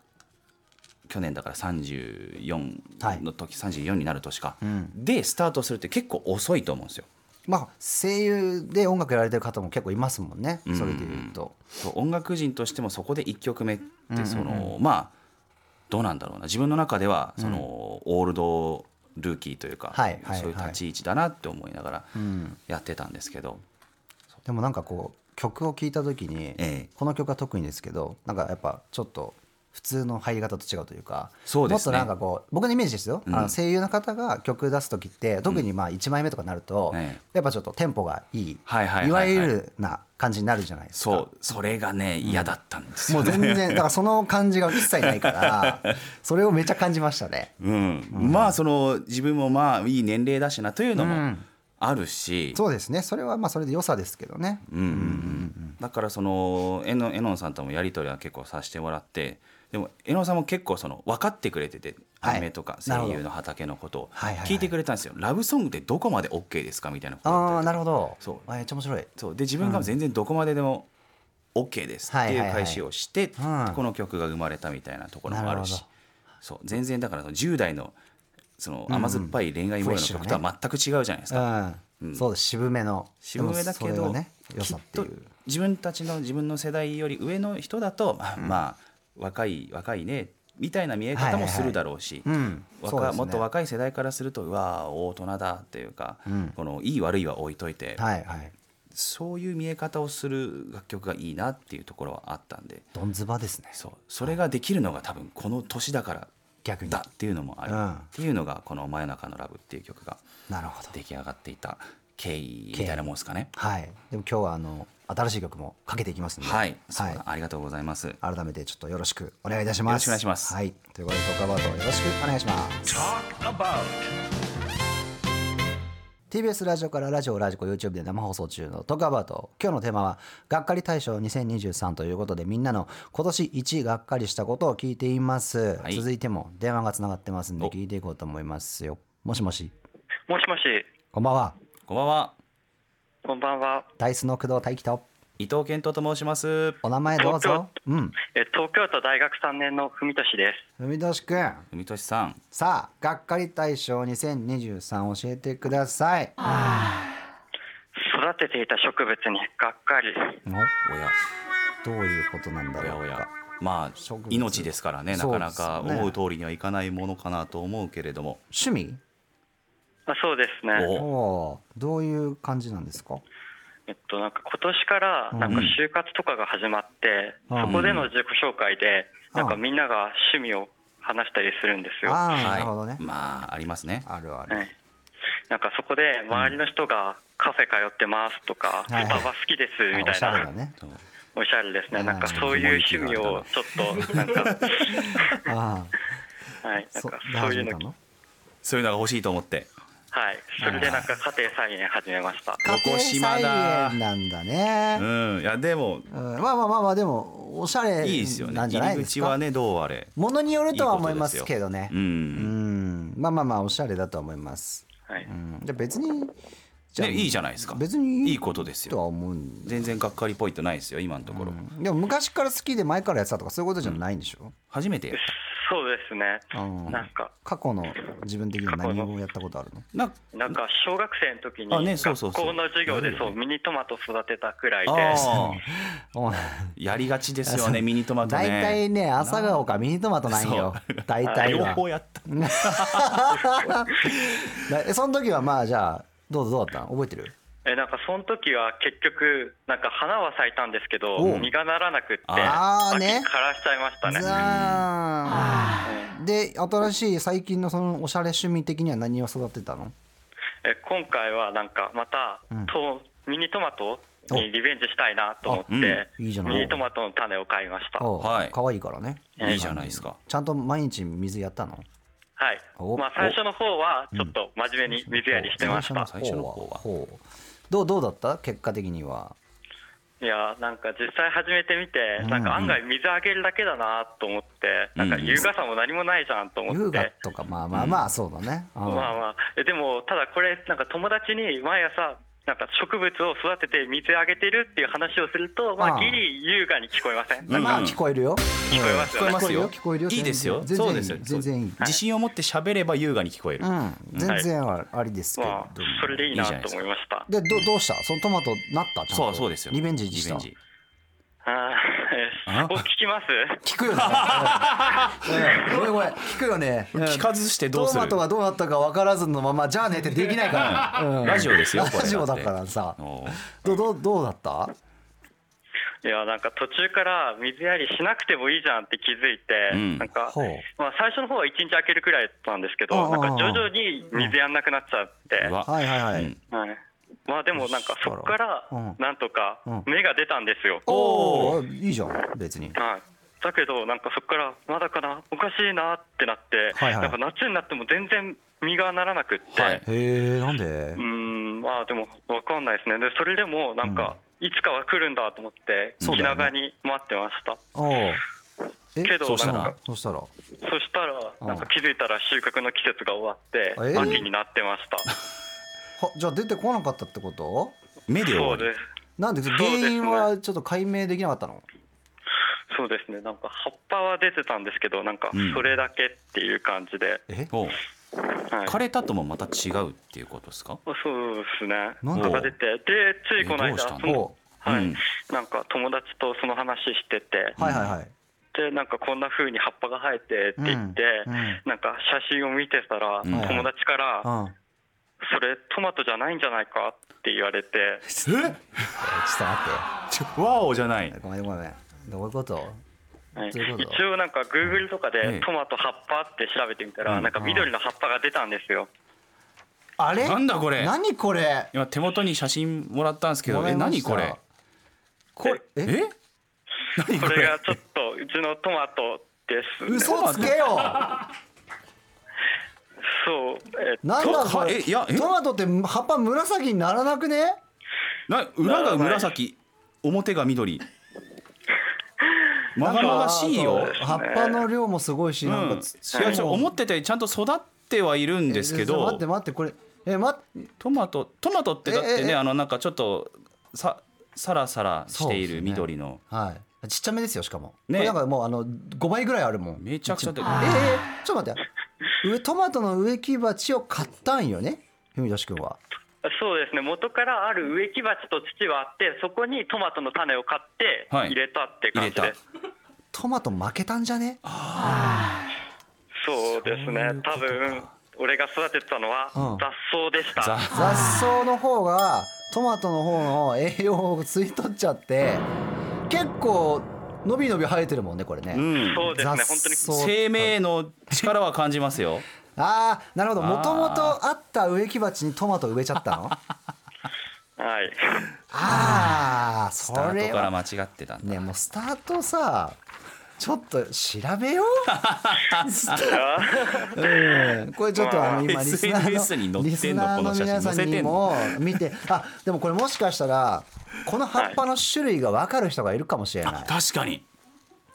[SPEAKER 3] 去年だから34の時、34になる年か、
[SPEAKER 2] ん
[SPEAKER 3] でスタートするって結構遅いと思うんですよ。
[SPEAKER 2] まあ声優で音楽やられてる方も結構いますもんね
[SPEAKER 3] ん
[SPEAKER 2] それで言うと
[SPEAKER 3] そう音楽人としてもそこで1曲目ってその、まあどうなんだろうな自分の中ではその、オールドルーキーというか、
[SPEAKER 2] はいはいはい
[SPEAKER 3] そういう立ち位置だなって思いながら
[SPEAKER 2] ん
[SPEAKER 3] やってたんですけど、
[SPEAKER 2] でもなんかこう曲を聴いた時に、
[SPEAKER 3] ええ
[SPEAKER 2] この曲は特にですけどなんかやっぱちょっと普通の入り方と違うというか
[SPEAKER 3] そうですね
[SPEAKER 2] もっとなんかこう僕のイメージですよ、
[SPEAKER 3] うん
[SPEAKER 2] あの声優の方が曲出す時って特にまあ1枚目とかになると、
[SPEAKER 3] ええ
[SPEAKER 2] やっぱちょっとテンポがいい、
[SPEAKER 3] はいはい
[SPEAKER 2] い
[SPEAKER 3] はいはい
[SPEAKER 2] わゆるな感じになるじゃないですか。
[SPEAKER 3] そうそれがね嫌だったんです
[SPEAKER 2] も
[SPEAKER 3] よ、
[SPEAKER 2] う
[SPEAKER 3] ね
[SPEAKER 2] 全然だからその感じが一切ないから それをめちゃ感じましたね。
[SPEAKER 3] うんまあその自分もまあいい年齢だしなというの
[SPEAKER 2] う
[SPEAKER 3] も
[SPEAKER 2] ん
[SPEAKER 3] あるし、
[SPEAKER 2] そうですねそれはまあそれで良さですけどね。
[SPEAKER 3] うんうんうんだからそのえのえのんさんともやり取りは結構させてもらってでもえのんさんも結構その分かってくれてて
[SPEAKER 2] はい
[SPEAKER 3] アニメとか
[SPEAKER 2] なるほど
[SPEAKER 3] 声優の畑のことを
[SPEAKER 2] はいはいはい
[SPEAKER 3] 聞いてくれたんですよ、ラブソングってどこまで OK ですかみたいなこと
[SPEAKER 2] あ
[SPEAKER 3] を
[SPEAKER 2] あなるほど
[SPEAKER 3] そう
[SPEAKER 2] あめっちゃ面白い。
[SPEAKER 3] そうで自分が全然どこまででも OK ですっていう返しをして、
[SPEAKER 2] はいはいはいうん
[SPEAKER 3] この曲が生まれたみたいなところもある
[SPEAKER 2] な
[SPEAKER 3] し
[SPEAKER 2] るほ
[SPEAKER 3] そう全然だからその10代のその甘酸っぱい恋愛模様の曲とは全く違うじゃないですか。
[SPEAKER 2] うんそうです渋めの
[SPEAKER 3] 渋めだけ
[SPEAKER 2] でもそれ
[SPEAKER 3] ど、
[SPEAKER 2] がね良
[SPEAKER 3] き
[SPEAKER 2] さ
[SPEAKER 3] っ
[SPEAKER 2] ってい
[SPEAKER 3] と
[SPEAKER 2] う
[SPEAKER 3] 自分たちの自分の世代より上の人だと、まあまあ若い若いねみたいな見え方もするだろうし、
[SPEAKER 2] うん
[SPEAKER 3] 若
[SPEAKER 2] そうですね
[SPEAKER 3] もっと若い世代からするとうわあ大人だっていうか、
[SPEAKER 2] うん
[SPEAKER 3] このいい悪いは置いといて、
[SPEAKER 2] はいはい
[SPEAKER 3] そういう見え方をする楽曲がいいなっていうところはあったんで
[SPEAKER 2] ドンズバですね
[SPEAKER 3] そうそれができるのが多分この年だから
[SPEAKER 2] 逆に
[SPEAKER 3] だっていうのもある、
[SPEAKER 2] うん
[SPEAKER 3] っていうのがこの「真夜中のラブ」っていう曲が
[SPEAKER 2] なるほど
[SPEAKER 3] 出来上がっていた経緯みたいなもんですかね。
[SPEAKER 2] はいでも今日はあの新しい曲もかけていきますので
[SPEAKER 3] はい、そう
[SPEAKER 2] はい
[SPEAKER 3] だありがとうございます。
[SPEAKER 2] 改めてちょっとよろしくお願いいたします
[SPEAKER 3] よろしくお願いします
[SPEAKER 2] はいということでトークアバートよろしくお願いします TBS ラジオからラジオラジコ YouTube で生放送中のトークアバート今日のテーマは「がっかり大賞2023」ということでみんなの今年1がっかりしたことを聞いています、
[SPEAKER 3] はい
[SPEAKER 2] 続いても電話がつながってますんで
[SPEAKER 3] お
[SPEAKER 2] 聞いていこうと思いますよもしもし
[SPEAKER 5] もしもし、
[SPEAKER 2] こんばんは
[SPEAKER 3] こんばんは。
[SPEAKER 5] こんばんは。
[SPEAKER 2] ダイスの工藤大輝と
[SPEAKER 3] 伊藤健人と申します。
[SPEAKER 2] お名前どうぞうん
[SPEAKER 5] え東京都大学3年の文俊です。
[SPEAKER 2] 文俊くん
[SPEAKER 3] 海俊さん。
[SPEAKER 2] さあがっかり大賞2023教えてください
[SPEAKER 5] 育てていた植物にがっかり。
[SPEAKER 2] お
[SPEAKER 3] おや、
[SPEAKER 2] どういうことなんだ
[SPEAKER 3] おや
[SPEAKER 2] ろ
[SPEAKER 3] お
[SPEAKER 2] う
[SPEAKER 3] や
[SPEAKER 2] か。
[SPEAKER 3] まあ
[SPEAKER 2] 植物
[SPEAKER 3] 命ですからね、なかなか
[SPEAKER 2] そうですね
[SPEAKER 3] 思う通りにはいかないものかなと思うけれども。
[SPEAKER 2] 趣味
[SPEAKER 5] あそうですね。
[SPEAKER 3] お、
[SPEAKER 2] おーどういう感じなんですか
[SPEAKER 5] えっとなんか今年からなんか就活とかが始まって、
[SPEAKER 2] うん
[SPEAKER 5] そこでの自己紹介で
[SPEAKER 2] うん
[SPEAKER 5] なんかみんなが趣味を話したりするんですよ。は
[SPEAKER 2] ああ、
[SPEAKER 3] は
[SPEAKER 2] ないるほどね
[SPEAKER 3] まあありますね。
[SPEAKER 2] あるあ
[SPEAKER 5] い
[SPEAKER 2] る、。
[SPEAKER 5] なんかそこで周りの人がカフェ通ってますとか、
[SPEAKER 2] はいはい
[SPEAKER 5] スタバ好きですみ
[SPEAKER 2] あお
[SPEAKER 5] たい
[SPEAKER 2] しゃれ
[SPEAKER 5] な
[SPEAKER 2] だ。ね
[SPEAKER 3] そう
[SPEAKER 5] おしゃれですね。なんか
[SPEAKER 2] あー
[SPEAKER 5] そういう趣味をちょっとなん か
[SPEAKER 2] あ
[SPEAKER 5] はい
[SPEAKER 2] あ
[SPEAKER 5] なん
[SPEAKER 2] そ
[SPEAKER 5] か
[SPEAKER 2] で
[SPEAKER 5] そう
[SPEAKER 2] 始
[SPEAKER 5] いう
[SPEAKER 2] め
[SPEAKER 5] の
[SPEAKER 2] たの
[SPEAKER 3] そういうのが欲しいと思って。
[SPEAKER 5] はい、それでなんか家庭菜園始めました。
[SPEAKER 3] どこ島だ
[SPEAKER 2] 家庭菜園なんだ
[SPEAKER 3] う
[SPEAKER 2] ね、
[SPEAKER 3] ん、いやで
[SPEAKER 2] う
[SPEAKER 3] も
[SPEAKER 2] んまあまあまあまあでもおしゃれ
[SPEAKER 3] いいですよね。
[SPEAKER 2] なんじゃな
[SPEAKER 3] 入
[SPEAKER 2] い
[SPEAKER 3] り
[SPEAKER 2] です
[SPEAKER 3] 口
[SPEAKER 2] か
[SPEAKER 3] はねどうあれ。
[SPEAKER 2] ものによるとはい
[SPEAKER 3] いこ
[SPEAKER 2] 思い
[SPEAKER 3] と
[SPEAKER 2] ま
[SPEAKER 3] ですよ
[SPEAKER 2] すけどね
[SPEAKER 3] う。
[SPEAKER 2] うんんまあまあまあおしゃれだとは思います、
[SPEAKER 5] はい、
[SPEAKER 2] うん、じゃあ別にじ
[SPEAKER 3] ねいいじゃないですか
[SPEAKER 2] 別に
[SPEAKER 3] いいことですよ
[SPEAKER 2] とは思うん
[SPEAKER 3] 全然がっかりポイントないですよ今のところ。
[SPEAKER 2] でも昔から好きで前からやってたとかそういうことじゃないんでしょ、
[SPEAKER 3] 初めてやっ
[SPEAKER 5] そうですね
[SPEAKER 2] うん
[SPEAKER 5] なんか
[SPEAKER 2] 過去の自分的には何をやったことあるの
[SPEAKER 3] なんか
[SPEAKER 5] なんか小学生の時
[SPEAKER 3] あ
[SPEAKER 5] に
[SPEAKER 3] ねそう
[SPEAKER 5] 学
[SPEAKER 3] そうそう
[SPEAKER 5] 校の授業でそうミニトマト育てたくらいで
[SPEAKER 3] ああ
[SPEAKER 2] お
[SPEAKER 3] やりがちですよねミニトマトね
[SPEAKER 2] 大体ね朝顔かミニトマトなんよ大体
[SPEAKER 3] 両
[SPEAKER 2] は
[SPEAKER 3] 方やった
[SPEAKER 2] だえその時はまあじゃあどうぞどうだったの覚えてる
[SPEAKER 5] えなんかその時は結局なんか花は咲いたんですけど
[SPEAKER 2] おう
[SPEAKER 5] 実がならなくって
[SPEAKER 2] あーね
[SPEAKER 5] 秋枯らしちゃいましたね
[SPEAKER 2] ざーんで新しい最近のそのおしゃれ趣味的には何を育てたの
[SPEAKER 5] え今回はなんかまた、
[SPEAKER 2] うん
[SPEAKER 5] とミニトマトにリベンジしたいなと思って、
[SPEAKER 3] おうん
[SPEAKER 2] いいじゃない
[SPEAKER 5] ミニトマトの種を買いましたは
[SPEAKER 2] おう
[SPEAKER 3] はい
[SPEAKER 2] 可愛いからね
[SPEAKER 5] えー
[SPEAKER 3] いいじゃないですか
[SPEAKER 2] ちゃんと毎日水やったの
[SPEAKER 5] い
[SPEAKER 2] お
[SPEAKER 5] まあ最初の方はちょっと真面目に水やりしてました、
[SPEAKER 3] うん最初の方は
[SPEAKER 2] ほうどうどうだった結果的にはい
[SPEAKER 5] やなんか実際始めてみて、なんか案外水あげるだけだなと思って、なんか優雅さも何もないじゃんと思って、
[SPEAKER 2] 優雅とかまあまあまあそうだね、うん
[SPEAKER 5] まあまあえでもただこれなんか友達に毎朝なんか植物を育てて水あげてるっていう話をすると、ま
[SPEAKER 2] ああ
[SPEAKER 5] あ、ギリ優雅に聞こえませんなん
[SPEAKER 2] ま
[SPEAKER 5] か
[SPEAKER 2] あ聞こえるよ、
[SPEAKER 5] 聞こえます
[SPEAKER 3] 聞
[SPEAKER 5] よ
[SPEAKER 3] こえ
[SPEAKER 5] ね、
[SPEAKER 3] ますよ
[SPEAKER 2] 聞こえるよ
[SPEAKER 3] いいですよ
[SPEAKER 2] 全然
[SPEAKER 3] そうですよ
[SPEAKER 2] 全然いい
[SPEAKER 3] 自信を持って喋れば優雅に聞こえる、
[SPEAKER 2] うん全然あありですけど、
[SPEAKER 5] まあ、それでいいなと思いました
[SPEAKER 2] でどどうしたそのトマトなったちゃんと
[SPEAKER 3] そうそうですよ
[SPEAKER 2] リベンジした
[SPEAKER 3] リベンジ
[SPEAKER 5] あ
[SPEAKER 3] あ
[SPEAKER 5] あ、お聞きます。
[SPEAKER 2] 聞くよ ね、うんうんごめんごめん聞くよね、うん
[SPEAKER 3] 聞かずしてどうす
[SPEAKER 2] ト
[SPEAKER 3] る
[SPEAKER 2] マトはどうなったか分からずのままじゃあねってできないから、うん
[SPEAKER 3] ラジオですよこれだって
[SPEAKER 2] ラジオだからさ
[SPEAKER 3] おー
[SPEAKER 2] どどどうだった
[SPEAKER 5] いや、なんか途中から水やりしなくてもいいじゃんって気づいて、
[SPEAKER 3] うん
[SPEAKER 5] なんか
[SPEAKER 2] ほう。
[SPEAKER 5] まあ、最初の方は一日空けるくらいだったんですけ
[SPEAKER 2] ああ
[SPEAKER 5] ど、なんか徐々に水やんなくなっちゃって。
[SPEAKER 3] うわ
[SPEAKER 2] はいはいはい、
[SPEAKER 3] うん
[SPEAKER 5] はい。まあ、でも、なんかそこから
[SPEAKER 2] うん、
[SPEAKER 5] なんとか
[SPEAKER 2] うん
[SPEAKER 5] 芽が出たんですよ。
[SPEAKER 2] おおいいじゃん別に
[SPEAKER 5] はい。だけど、なんかそこから、まだかな、おかしいなってなって、
[SPEAKER 2] はいはい
[SPEAKER 5] なんか夏になっても全然実がならなくって。
[SPEAKER 3] はい
[SPEAKER 2] へえなんで
[SPEAKER 5] うーんまあでもわかんないですねでそれでもなんか、いつかは来るんだと思って
[SPEAKER 2] そう
[SPEAKER 5] 気
[SPEAKER 2] だよね
[SPEAKER 5] 長に待ってました
[SPEAKER 2] おおえ
[SPEAKER 5] けど
[SPEAKER 3] そうした
[SPEAKER 5] なん
[SPEAKER 3] ら
[SPEAKER 5] か
[SPEAKER 2] そしたら
[SPEAKER 5] そしたら
[SPEAKER 2] うん
[SPEAKER 5] なんか気づいたら収穫の季節が終わって、
[SPEAKER 2] えー
[SPEAKER 5] 秋になってました
[SPEAKER 2] はじゃあ出てこなかったってこと
[SPEAKER 3] 目で終
[SPEAKER 5] そ
[SPEAKER 3] わ
[SPEAKER 5] うで
[SPEAKER 3] り
[SPEAKER 5] す
[SPEAKER 2] なんで
[SPEAKER 5] そう
[SPEAKER 2] 原
[SPEAKER 5] ですね
[SPEAKER 2] 因はちょっと解明できなかったの
[SPEAKER 5] そうですねなんか葉っぱは出てたんですけどなんか
[SPEAKER 3] うん
[SPEAKER 5] それだけっていう感じで、
[SPEAKER 2] え
[SPEAKER 3] おう
[SPEAKER 5] はい
[SPEAKER 3] 枯れたともまた違うっていうことですか
[SPEAKER 5] そうですね
[SPEAKER 2] なん
[SPEAKER 5] 葉
[SPEAKER 2] だ
[SPEAKER 5] っぱ出てでついこ
[SPEAKER 3] え
[SPEAKER 5] の
[SPEAKER 3] どう
[SPEAKER 5] 間
[SPEAKER 3] したの
[SPEAKER 5] そ
[SPEAKER 2] お
[SPEAKER 5] のはい、
[SPEAKER 3] うん
[SPEAKER 5] なんか友達とその話してて、
[SPEAKER 2] はいはいはい
[SPEAKER 5] でなんかこんな風に葉っぱが生えてって言って、
[SPEAKER 2] うんうん
[SPEAKER 5] なんか写真を見てた
[SPEAKER 3] ん
[SPEAKER 5] ら、友達から、
[SPEAKER 2] うん
[SPEAKER 5] それトマトじゃないんじゃないかって言われて
[SPEAKER 3] え
[SPEAKER 2] えちょっと待
[SPEAKER 3] ちょワオじゃない
[SPEAKER 2] ってごめんごめんどういうこと
[SPEAKER 5] はい
[SPEAKER 2] どういうこと
[SPEAKER 5] 一応なんか Google とか
[SPEAKER 3] ええ
[SPEAKER 5] でトマト葉っぱって調べてみたら、
[SPEAKER 3] うん
[SPEAKER 5] なんか緑の葉っぱが出たんですよ
[SPEAKER 2] あれ
[SPEAKER 3] なんだこれ
[SPEAKER 2] 何これ
[SPEAKER 3] 今手元に写真もらったんですけど
[SPEAKER 2] もら
[SPEAKER 3] え
[SPEAKER 2] いま
[SPEAKER 3] 何
[SPEAKER 2] した
[SPEAKER 3] これ
[SPEAKER 2] これえ
[SPEAKER 3] え何
[SPEAKER 5] そ
[SPEAKER 3] こ
[SPEAKER 5] れ
[SPEAKER 3] れ
[SPEAKER 5] がちょっとうちのトマトです、
[SPEAKER 2] 嘘つけよ
[SPEAKER 5] そうえ
[SPEAKER 2] なんだこ
[SPEAKER 3] はえ
[SPEAKER 2] れ
[SPEAKER 3] いやえ
[SPEAKER 2] トマトって葉っぱ紫にならなくね
[SPEAKER 3] な裏が紫表が 緑まがまがしいよ
[SPEAKER 2] なんか葉っぱの量もすごいし
[SPEAKER 3] う
[SPEAKER 2] なん
[SPEAKER 3] ん
[SPEAKER 2] か
[SPEAKER 3] いやちょ思っててちゃんと育ってはいるんですけ
[SPEAKER 2] えちょ
[SPEAKER 3] ど
[SPEAKER 2] 待って待ってこれえ待っ
[SPEAKER 3] トマトトマトってだっ
[SPEAKER 2] え
[SPEAKER 3] て
[SPEAKER 2] ええ
[SPEAKER 3] ねあのなんかちょっとささらさらしてい
[SPEAKER 2] そうですね
[SPEAKER 3] る緑の
[SPEAKER 2] はいちっちゃめですよしかも
[SPEAKER 3] ね
[SPEAKER 2] ねなんかもうあの5倍ぐらいあるもん
[SPEAKER 3] めちゃくちゃで
[SPEAKER 2] ええちょっと待って上トマトの植木鉢を買ったんよねふみだし君は
[SPEAKER 5] そうですね元からある植木鉢と土はあってそこにトマトの種を買って
[SPEAKER 3] はい
[SPEAKER 5] 入れたって感じです、
[SPEAKER 3] 入れた
[SPEAKER 2] トマト負けたんじゃね
[SPEAKER 5] そうです
[SPEAKER 2] そうい
[SPEAKER 5] ね
[SPEAKER 2] うことか
[SPEAKER 5] 多分俺が育ててたのは
[SPEAKER 2] うん
[SPEAKER 5] 雑草でした、
[SPEAKER 3] ざ
[SPEAKER 2] 雑草の方がトマトの方の栄養を吸い取っちゃって結構伸び伸び生えてるもんねこれね、
[SPEAKER 3] うん
[SPEAKER 5] そうですね本当に
[SPEAKER 2] 雑草
[SPEAKER 3] 生命の力は感じますよ
[SPEAKER 2] ああなるほど
[SPEAKER 3] あー
[SPEAKER 2] もともとあった植木鉢にトマト植えちゃった の
[SPEAKER 5] はい
[SPEAKER 2] ああそ
[SPEAKER 3] スター
[SPEAKER 2] れ
[SPEAKER 3] トか
[SPEAKER 2] は
[SPEAKER 3] ら間違ってたんだ
[SPEAKER 2] ねもうスタートさちょっと調べよ う、うん、これちょっとあの今リスナ
[SPEAKER 3] SNS に
[SPEAKER 2] ーの
[SPEAKER 3] 載ってんの
[SPEAKER 2] リスナーの皆さんにも見てあでもこれもしかしたらこの葉っぱの種類が分かる人がいるかもしれない
[SPEAKER 3] 確かに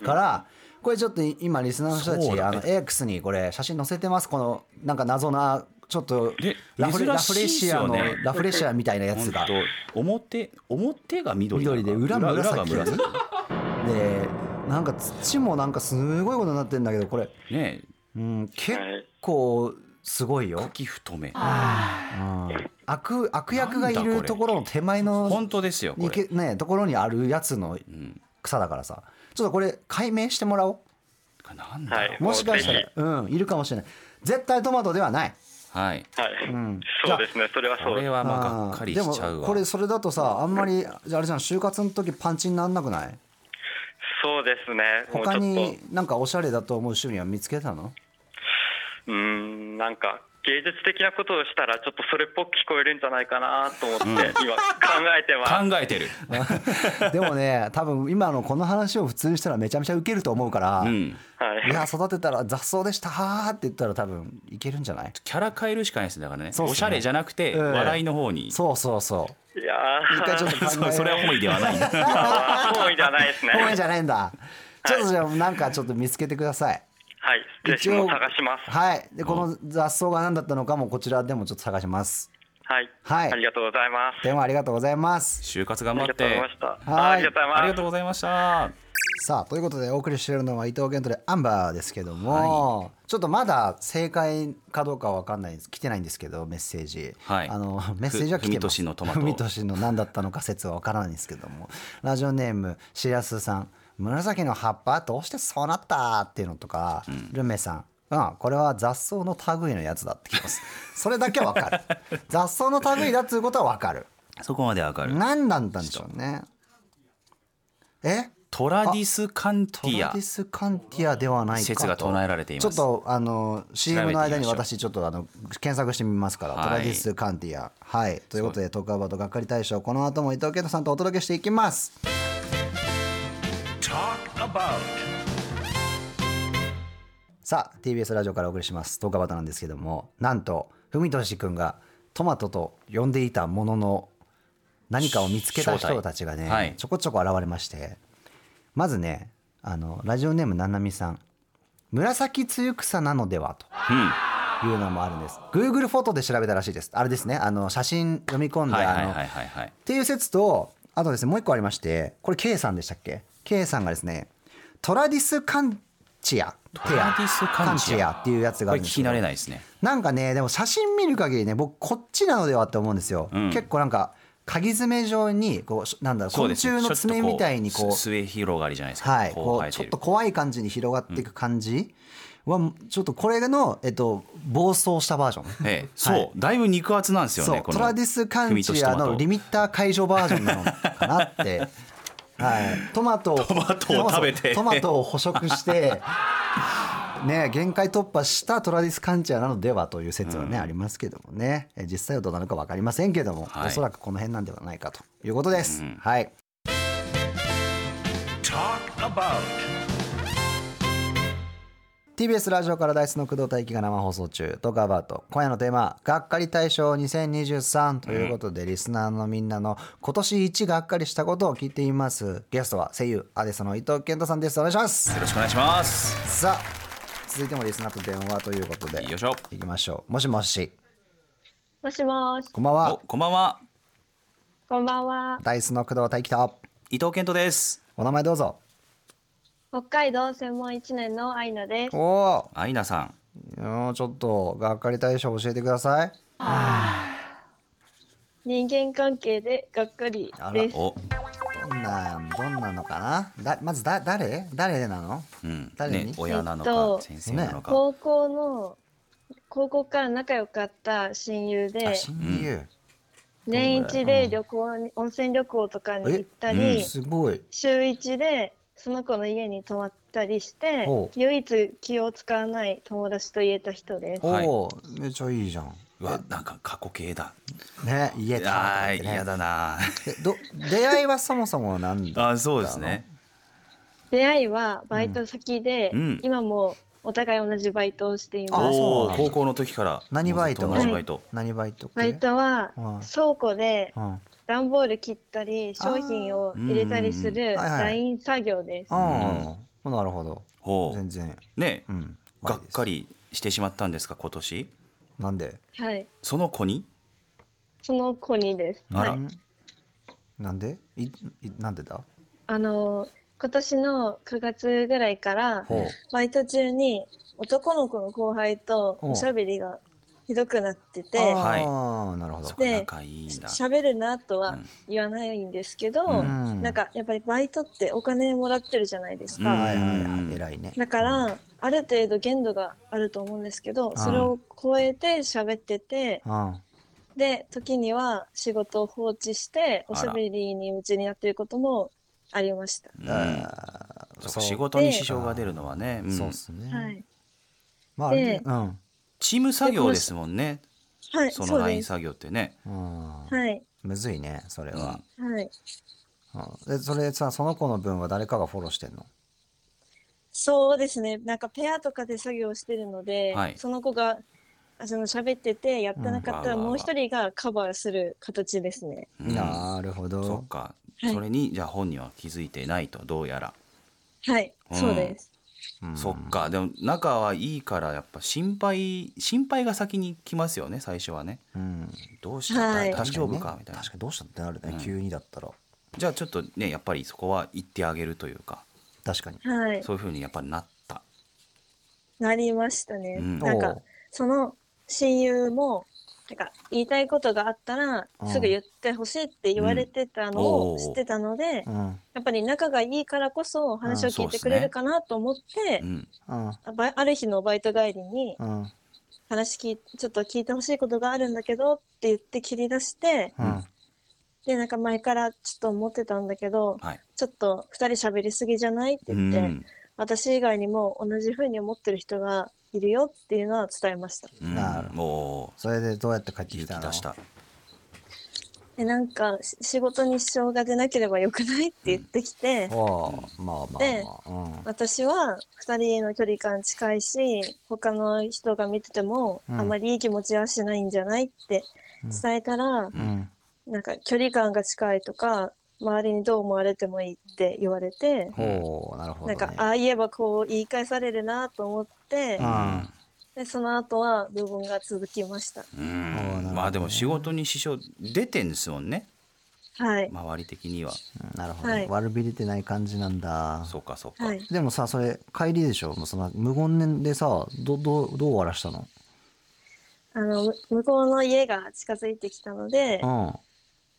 [SPEAKER 2] から、これちょっと今リスナーの人た
[SPEAKER 3] そう
[SPEAKER 2] ち
[SPEAKER 3] だ
[SPEAKER 2] あの AX にこれ写真載せてますこのなんか謎なちょっと
[SPEAKER 3] で
[SPEAKER 2] ラフレラ
[SPEAKER 3] 珍
[SPEAKER 2] フレ
[SPEAKER 3] しいっす
[SPEAKER 2] シア
[SPEAKER 3] よ
[SPEAKER 2] の
[SPEAKER 3] ね
[SPEAKER 2] ラフレシアみたいなやつ
[SPEAKER 3] 本
[SPEAKER 2] が
[SPEAKER 3] 当表表が緑だ
[SPEAKER 2] 緑で裏
[SPEAKER 3] 裏
[SPEAKER 2] 紫
[SPEAKER 3] が
[SPEAKER 2] で
[SPEAKER 3] 紫
[SPEAKER 2] でなんか土もなんかすごいことになってんだけどこれ、
[SPEAKER 3] ねえ
[SPEAKER 2] うん、結構すごいよ、
[SPEAKER 3] 茎太め
[SPEAKER 2] うん、悪悪役がい
[SPEAKER 3] なんだこ
[SPEAKER 2] る
[SPEAKER 3] れ
[SPEAKER 2] ところの手前の
[SPEAKER 3] 本当ですよこ
[SPEAKER 2] い
[SPEAKER 3] れ
[SPEAKER 2] け、ね、ところにあるやつの
[SPEAKER 3] うん、
[SPEAKER 2] 草だからさちょっとこれ解明してもらおう
[SPEAKER 3] これなんだ
[SPEAKER 5] は
[SPEAKER 3] ろ
[SPEAKER 5] い。
[SPEAKER 2] もしかした
[SPEAKER 5] もうぜ
[SPEAKER 2] ら、うん、いるかもしれない絶対トマトではない、
[SPEAKER 3] うはい、
[SPEAKER 5] ひはい、
[SPEAKER 2] うん
[SPEAKER 5] そうですね。それはそ
[SPEAKER 3] こ
[SPEAKER 5] う
[SPEAKER 3] れはまあ
[SPEAKER 2] あー
[SPEAKER 3] がっかりしちゃ
[SPEAKER 2] で
[SPEAKER 3] う
[SPEAKER 2] も
[SPEAKER 3] わ
[SPEAKER 2] これそれだとさあんまりじゃああれじゃん就活の時パンチになんなくない
[SPEAKER 5] そうですね。もう
[SPEAKER 2] 他
[SPEAKER 5] ちょっ
[SPEAKER 2] になんかおしゃれだと思う趣味は見つけたの
[SPEAKER 5] と、うーん、なんか芸術的なことをしたらちょっとそれっぽく聞こえるんじゃないかなと思って、今考えてます。
[SPEAKER 3] 考えてる、
[SPEAKER 2] でもね多分今のこの話を普通にしたらめちゃめちゃウケると思うから、
[SPEAKER 3] う
[SPEAKER 2] い
[SPEAKER 3] ん、
[SPEAKER 5] はい。
[SPEAKER 2] や育てたら雑草でしたーって言ったら多分いけるんじゃない
[SPEAKER 3] キャラ変えるしかないですねだからね
[SPEAKER 2] そうっすね
[SPEAKER 3] おしゃれじゃなくて、
[SPEAKER 2] ええ
[SPEAKER 3] 笑いの方に
[SPEAKER 2] そうそうそう
[SPEAKER 5] いや
[SPEAKER 2] 一回ちょっと考え
[SPEAKER 3] そうそれは思いでは ない
[SPEAKER 5] ー、 本意じゃないですね。
[SPEAKER 2] ごめんじゃないんだちょっとじゃあなんかちょっと見つけてください
[SPEAKER 5] はい。ぜひもう探します。
[SPEAKER 2] はいでこの雑草が何だったのかもこちらでもちょっと探します
[SPEAKER 5] はい。
[SPEAKER 2] はい
[SPEAKER 5] ありがとうございます。
[SPEAKER 2] でもありがとうございます
[SPEAKER 3] 就活
[SPEAKER 5] あ
[SPEAKER 3] 頑張
[SPEAKER 5] りが
[SPEAKER 3] っ
[SPEAKER 5] とうござ
[SPEAKER 3] て
[SPEAKER 5] いました。
[SPEAKER 2] はい
[SPEAKER 5] あありがとうございます。
[SPEAKER 3] ありがとうございました
[SPEAKER 2] さあということでお送りしているのは伊藤健人でアンバーですけども、ちょっとまだ正解かどうかわかんないです来てないんですけ どメッセージ、
[SPEAKER 3] はい
[SPEAKER 2] あのメッセージは来て
[SPEAKER 3] ふみと
[SPEAKER 2] ます
[SPEAKER 3] しのトマト
[SPEAKER 2] ふみとしの何だったのか説はわからないんですけどもラジオネームしらすさん紫の葉っぱどうしてそうなったっていうのとか、ルメさんうん、これは雑草の類のやつだってき ますそれだけわかる雑草の類だっていうことはわかる
[SPEAKER 3] そこまでわかる
[SPEAKER 2] 何なんだったんでしょうねえ
[SPEAKER 3] トラディスカンテ
[SPEAKER 2] ト
[SPEAKER 3] ィ
[SPEAKER 2] ラディ
[SPEAKER 3] ア
[SPEAKER 2] スカンティアではないかと
[SPEAKER 3] 説が唱えられています
[SPEAKER 2] ちょっとあの CM の間に
[SPEAKER 3] 調べてみまし
[SPEAKER 2] 私ちょっとあの検索してみますから、
[SPEAKER 3] はい
[SPEAKER 2] トラディスカンティアはいということでトークアバウトがっかり大賞この後も伊藤健太さんとお届けしていきます
[SPEAKER 6] Talk about.
[SPEAKER 2] さあ TBS ラジオからお送りしますトークアバウトなんですけどもなんと文俊君がトマトと呼んでいたものの何かを見つけた
[SPEAKER 3] 正体
[SPEAKER 2] 人たちがね、
[SPEAKER 3] はい
[SPEAKER 2] ちょこちょこ現れましてまずねあのラジオネームななみさん紫つゆ草なのではと
[SPEAKER 3] うん
[SPEAKER 2] いうのもあるんです。Google フォトで調べたらしいです。あれですね、あの写真読み込んで、
[SPEAKER 3] はいはい
[SPEAKER 2] あの
[SPEAKER 3] は
[SPEAKER 2] っ
[SPEAKER 3] いはいはい
[SPEAKER 2] ていう説と、あとですね、もう一個ありまして、これ K さんでしたっけ？K さんがですね、トラディスカンチア、
[SPEAKER 3] トラディスカンチア
[SPEAKER 2] カっていうやつが
[SPEAKER 3] こ
[SPEAKER 2] あ
[SPEAKER 3] れ
[SPEAKER 2] るん
[SPEAKER 3] 聞
[SPEAKER 2] です
[SPEAKER 3] き
[SPEAKER 2] けど
[SPEAKER 3] 慣れないですね
[SPEAKER 2] なんかね、でも写真見る限りね、僕こっちなのではって思うんですよ。
[SPEAKER 3] うん
[SPEAKER 2] 結構なんか鍵爪状にこうしなんだろう
[SPEAKER 3] そう
[SPEAKER 2] 昆
[SPEAKER 3] です
[SPEAKER 2] 虫
[SPEAKER 3] ね
[SPEAKER 2] の
[SPEAKER 3] ちょっと
[SPEAKER 2] 爪みたいにこう
[SPEAKER 3] す末広がりじゃないですか、
[SPEAKER 2] はい、
[SPEAKER 3] こう
[SPEAKER 2] こ
[SPEAKER 3] 生
[SPEAKER 2] う
[SPEAKER 3] え
[SPEAKER 2] ちょ
[SPEAKER 3] て
[SPEAKER 2] っ
[SPEAKER 3] る
[SPEAKER 2] と怖い感じに広がっていく感じはちょっとこれの、えっと、暴走したバージョン。
[SPEAKER 3] ええ、そう、
[SPEAKER 2] はい
[SPEAKER 3] だいぶ肉厚なんですよ
[SPEAKER 2] そ
[SPEAKER 3] ね
[SPEAKER 2] うトラディスカンチアのリ
[SPEAKER 3] ミ
[SPEAKER 2] ミッター解除バージョンなのかな って、はい、トマトをト
[SPEAKER 3] マトを食べて
[SPEAKER 2] トマトを捕食して、ね、限界突破したトラディスカンチアなのではという説は、ねありますけどもねえ実際はどうなのか分かりませんけども、
[SPEAKER 3] はい
[SPEAKER 2] おそらくこの辺なんではないかということです。
[SPEAKER 3] うん
[SPEAKER 2] はい、
[SPEAKER 6] Talk about.
[SPEAKER 2] TBS ラジオからダイスの工藤大輝が生放送中トークアバウト今夜のテーマ「がっかり大賞2023」ということで、リスナーのみんなの今年一がっかりしたことを聞いていますゲストは声優アデスの伊藤健太さんですお願いします
[SPEAKER 3] よろしくお願いします
[SPEAKER 2] さあ続いてもリスナーと電話ということで
[SPEAKER 3] よいしょ
[SPEAKER 2] いきましょうもしもし
[SPEAKER 7] もしもし、
[SPEAKER 2] こんばん
[SPEAKER 3] お
[SPEAKER 2] は
[SPEAKER 3] こんばんは
[SPEAKER 7] こんばんは。
[SPEAKER 2] ダイスの工藤大輝と
[SPEAKER 3] 伊藤健人です
[SPEAKER 2] お名前どうぞ
[SPEAKER 7] 北海道専門一年の愛菜です。
[SPEAKER 2] お
[SPEAKER 3] アイナさん
[SPEAKER 2] おちょっとがっかり大賞教えてください
[SPEAKER 7] 人間関係でがっかり
[SPEAKER 2] あら
[SPEAKER 7] です。
[SPEAKER 3] お
[SPEAKER 2] どんなどんなのかなだまずだ誰誰なの
[SPEAKER 3] うん
[SPEAKER 2] 誰に
[SPEAKER 3] ね、親なのか、
[SPEAKER 7] えっと
[SPEAKER 3] 先生なのか、
[SPEAKER 7] 高校の高校から仲良かった親友
[SPEAKER 2] あ
[SPEAKER 7] で
[SPEAKER 2] 親友、
[SPEAKER 7] 年一で旅行に温泉旅行とかに行った
[SPEAKER 3] えう
[SPEAKER 7] り、
[SPEAKER 3] ん
[SPEAKER 2] すごい
[SPEAKER 7] 週一でその子の家に泊まったりして
[SPEAKER 2] ほう
[SPEAKER 7] 唯一気を使わない友達と言えた人です。
[SPEAKER 3] はい
[SPEAKER 2] おお、めっちゃいいじゃん。
[SPEAKER 3] うわなんか過去形だ
[SPEAKER 2] ね、家とか
[SPEAKER 3] あ
[SPEAKER 2] っ
[SPEAKER 3] ー
[SPEAKER 2] てね
[SPEAKER 3] 嫌だ な
[SPEAKER 2] えど出会いはそもそもなんだ。
[SPEAKER 3] あそうですね
[SPEAKER 7] 出会いはバイト先で、
[SPEAKER 3] うん
[SPEAKER 7] 今もお互い同じバイトをしてい
[SPEAKER 2] あ
[SPEAKER 7] ます。
[SPEAKER 2] そう
[SPEAKER 3] おお
[SPEAKER 2] なんだ
[SPEAKER 3] 高校の時から
[SPEAKER 2] 何バイト
[SPEAKER 3] もうずっと同じバイト、
[SPEAKER 2] 何バイト系？
[SPEAKER 7] バイトは
[SPEAKER 2] うん
[SPEAKER 7] 倉庫で
[SPEAKER 2] うん。うん。
[SPEAKER 7] 段ボール切ったり商品を入れたりする
[SPEAKER 2] あーうんうんうんはいはい
[SPEAKER 7] ライン作業です。
[SPEAKER 2] ああ、なるほど。
[SPEAKER 3] ほう
[SPEAKER 2] 全然。
[SPEAKER 3] ね、
[SPEAKER 2] うん。
[SPEAKER 3] がっか。りしてしまったんですか今年
[SPEAKER 2] なんで？
[SPEAKER 7] はい、
[SPEAKER 3] その子に
[SPEAKER 7] その子にです。
[SPEAKER 3] あら
[SPEAKER 7] はい、
[SPEAKER 2] なんで？いいなんでだ？
[SPEAKER 7] あのー今年の9月ぐらいから
[SPEAKER 2] ほう
[SPEAKER 7] バイト中に男の子の後輩と
[SPEAKER 2] お
[SPEAKER 7] おしゃべりがひどくなってて
[SPEAKER 2] あ
[SPEAKER 3] はい
[SPEAKER 2] ーなるほど
[SPEAKER 3] そっか仲いいんだ。
[SPEAKER 7] 喋るなと
[SPEAKER 3] う
[SPEAKER 7] は
[SPEAKER 3] ん
[SPEAKER 7] 言わないんですけど、
[SPEAKER 2] うん
[SPEAKER 7] なんかやっぱりバイトってお金もらってるじゃないです
[SPEAKER 3] うん
[SPEAKER 7] か、
[SPEAKER 2] はいはいはい偉いね
[SPEAKER 7] だからある程度限度があると思うんですけどそれを超えて喋ってて
[SPEAKER 2] うん
[SPEAKER 7] で時には仕事を放置して
[SPEAKER 3] あら
[SPEAKER 7] おしゃべりに夢中になっていることもありました、
[SPEAKER 3] うん
[SPEAKER 2] あー
[SPEAKER 3] そっ
[SPEAKER 2] そ
[SPEAKER 3] か
[SPEAKER 2] う
[SPEAKER 3] 仕事に支障が出るのはね、うん
[SPEAKER 2] そうっすね、
[SPEAKER 7] はい、
[SPEAKER 2] まああれね
[SPEAKER 7] で
[SPEAKER 2] うん
[SPEAKER 3] チーム作業ですもんね。
[SPEAKER 7] はい、
[SPEAKER 3] そ
[SPEAKER 7] そ
[SPEAKER 3] の
[SPEAKER 7] う
[SPEAKER 3] ライ
[SPEAKER 7] で
[SPEAKER 3] ン
[SPEAKER 7] す
[SPEAKER 3] 作業ってね。
[SPEAKER 2] うん
[SPEAKER 7] はい
[SPEAKER 2] むずいねそれは、
[SPEAKER 7] はい
[SPEAKER 2] うんでそれさその子の分は誰かがフォローしてんの
[SPEAKER 7] そうですねなんかペアとかで作業してるので、
[SPEAKER 3] はい
[SPEAKER 7] その子があその喋っててやってなかったら
[SPEAKER 3] うん
[SPEAKER 7] もう一人がカバーする形ですね、
[SPEAKER 3] うん
[SPEAKER 2] なるほ
[SPEAKER 3] そ
[SPEAKER 2] ど
[SPEAKER 3] っか。
[SPEAKER 7] はい
[SPEAKER 3] それにじゃあ本人は気づいてないとどうやら。
[SPEAKER 7] はい、
[SPEAKER 3] うん
[SPEAKER 7] そうです
[SPEAKER 2] うん
[SPEAKER 3] そっかでも仲はいいからやっぱ心配心配が先に来ますよね最初はね
[SPEAKER 2] うん
[SPEAKER 3] どうした、
[SPEAKER 7] はい
[SPEAKER 3] 大丈
[SPEAKER 2] 確に
[SPEAKER 3] 夫か
[SPEAKER 2] ね
[SPEAKER 3] みたいな
[SPEAKER 2] 確かにどうしたってなるね、
[SPEAKER 3] うん
[SPEAKER 2] 急にだったら
[SPEAKER 3] じゃあちょっとねやっぱりそこは言ってあげるというか
[SPEAKER 2] 確かに
[SPEAKER 7] はい
[SPEAKER 3] そういうふうにやっぱりなった
[SPEAKER 7] なりましたね、
[SPEAKER 3] うん
[SPEAKER 7] なん
[SPEAKER 2] お
[SPEAKER 7] か
[SPEAKER 2] う
[SPEAKER 7] その親友もなんか言いたいことがあったら
[SPEAKER 2] うん
[SPEAKER 7] すぐ言ってほしいって言われてたの
[SPEAKER 3] うんお
[SPEAKER 7] を
[SPEAKER 3] ー
[SPEAKER 7] 知ってたので、
[SPEAKER 2] うん
[SPEAKER 7] やっぱり仲がいいからこそ話を聞いてくれるかなと思って
[SPEAKER 3] う、ん
[SPEAKER 2] うん
[SPEAKER 7] あばある日のバイト帰りに
[SPEAKER 2] うん
[SPEAKER 7] 話聞いちょっと聞いてほしいことがあるんだけどって言って切り出して
[SPEAKER 2] うん
[SPEAKER 7] でなんか前からちょっと思ってたんだけど
[SPEAKER 3] はい
[SPEAKER 7] ちょっと2人喋りすぎじゃないって
[SPEAKER 3] う
[SPEAKER 7] 言って、
[SPEAKER 3] ん
[SPEAKER 7] 私以外にも同じふうに思ってる人がいるよっていうのは伝えました。
[SPEAKER 3] うん
[SPEAKER 2] なる
[SPEAKER 3] も
[SPEAKER 2] それでどうやって帰っ
[SPEAKER 3] う
[SPEAKER 2] てき
[SPEAKER 3] 勇
[SPEAKER 2] た
[SPEAKER 3] 気
[SPEAKER 2] の
[SPEAKER 3] 出した
[SPEAKER 7] でなんかし仕事に支障が出なければよくないって言ってきて、
[SPEAKER 2] おうまあま
[SPEAKER 7] で
[SPEAKER 2] あまあ、
[SPEAKER 7] 私は2人の距離感近いし他の人が見てても
[SPEAKER 2] うん
[SPEAKER 7] あまりいい気持ちはしないんじゃないって伝えたら、
[SPEAKER 2] うんうん
[SPEAKER 7] なんか距離感が近いとか周りにどう思われてもいいって言われて、
[SPEAKER 2] ほうなるほど、ね、
[SPEAKER 7] なんかああ言えばこう言い返されるなと思って、
[SPEAKER 2] うん
[SPEAKER 7] でその後は部分が続きました。
[SPEAKER 3] う
[SPEAKER 2] おーなるほど
[SPEAKER 3] ん
[SPEAKER 2] ね
[SPEAKER 3] まあでも仕事に支障出てんですもんね
[SPEAKER 7] はい、
[SPEAKER 3] 周り的には
[SPEAKER 2] うんなるほど、
[SPEAKER 7] はい
[SPEAKER 2] 悪びれてない感じなんだ
[SPEAKER 3] そうかそうか、
[SPEAKER 7] はい、
[SPEAKER 2] でもさそれ帰りでしょもうその無言でさどどうどう終わらしたの
[SPEAKER 7] あのむ向こうの家が近づいてきたので、
[SPEAKER 2] う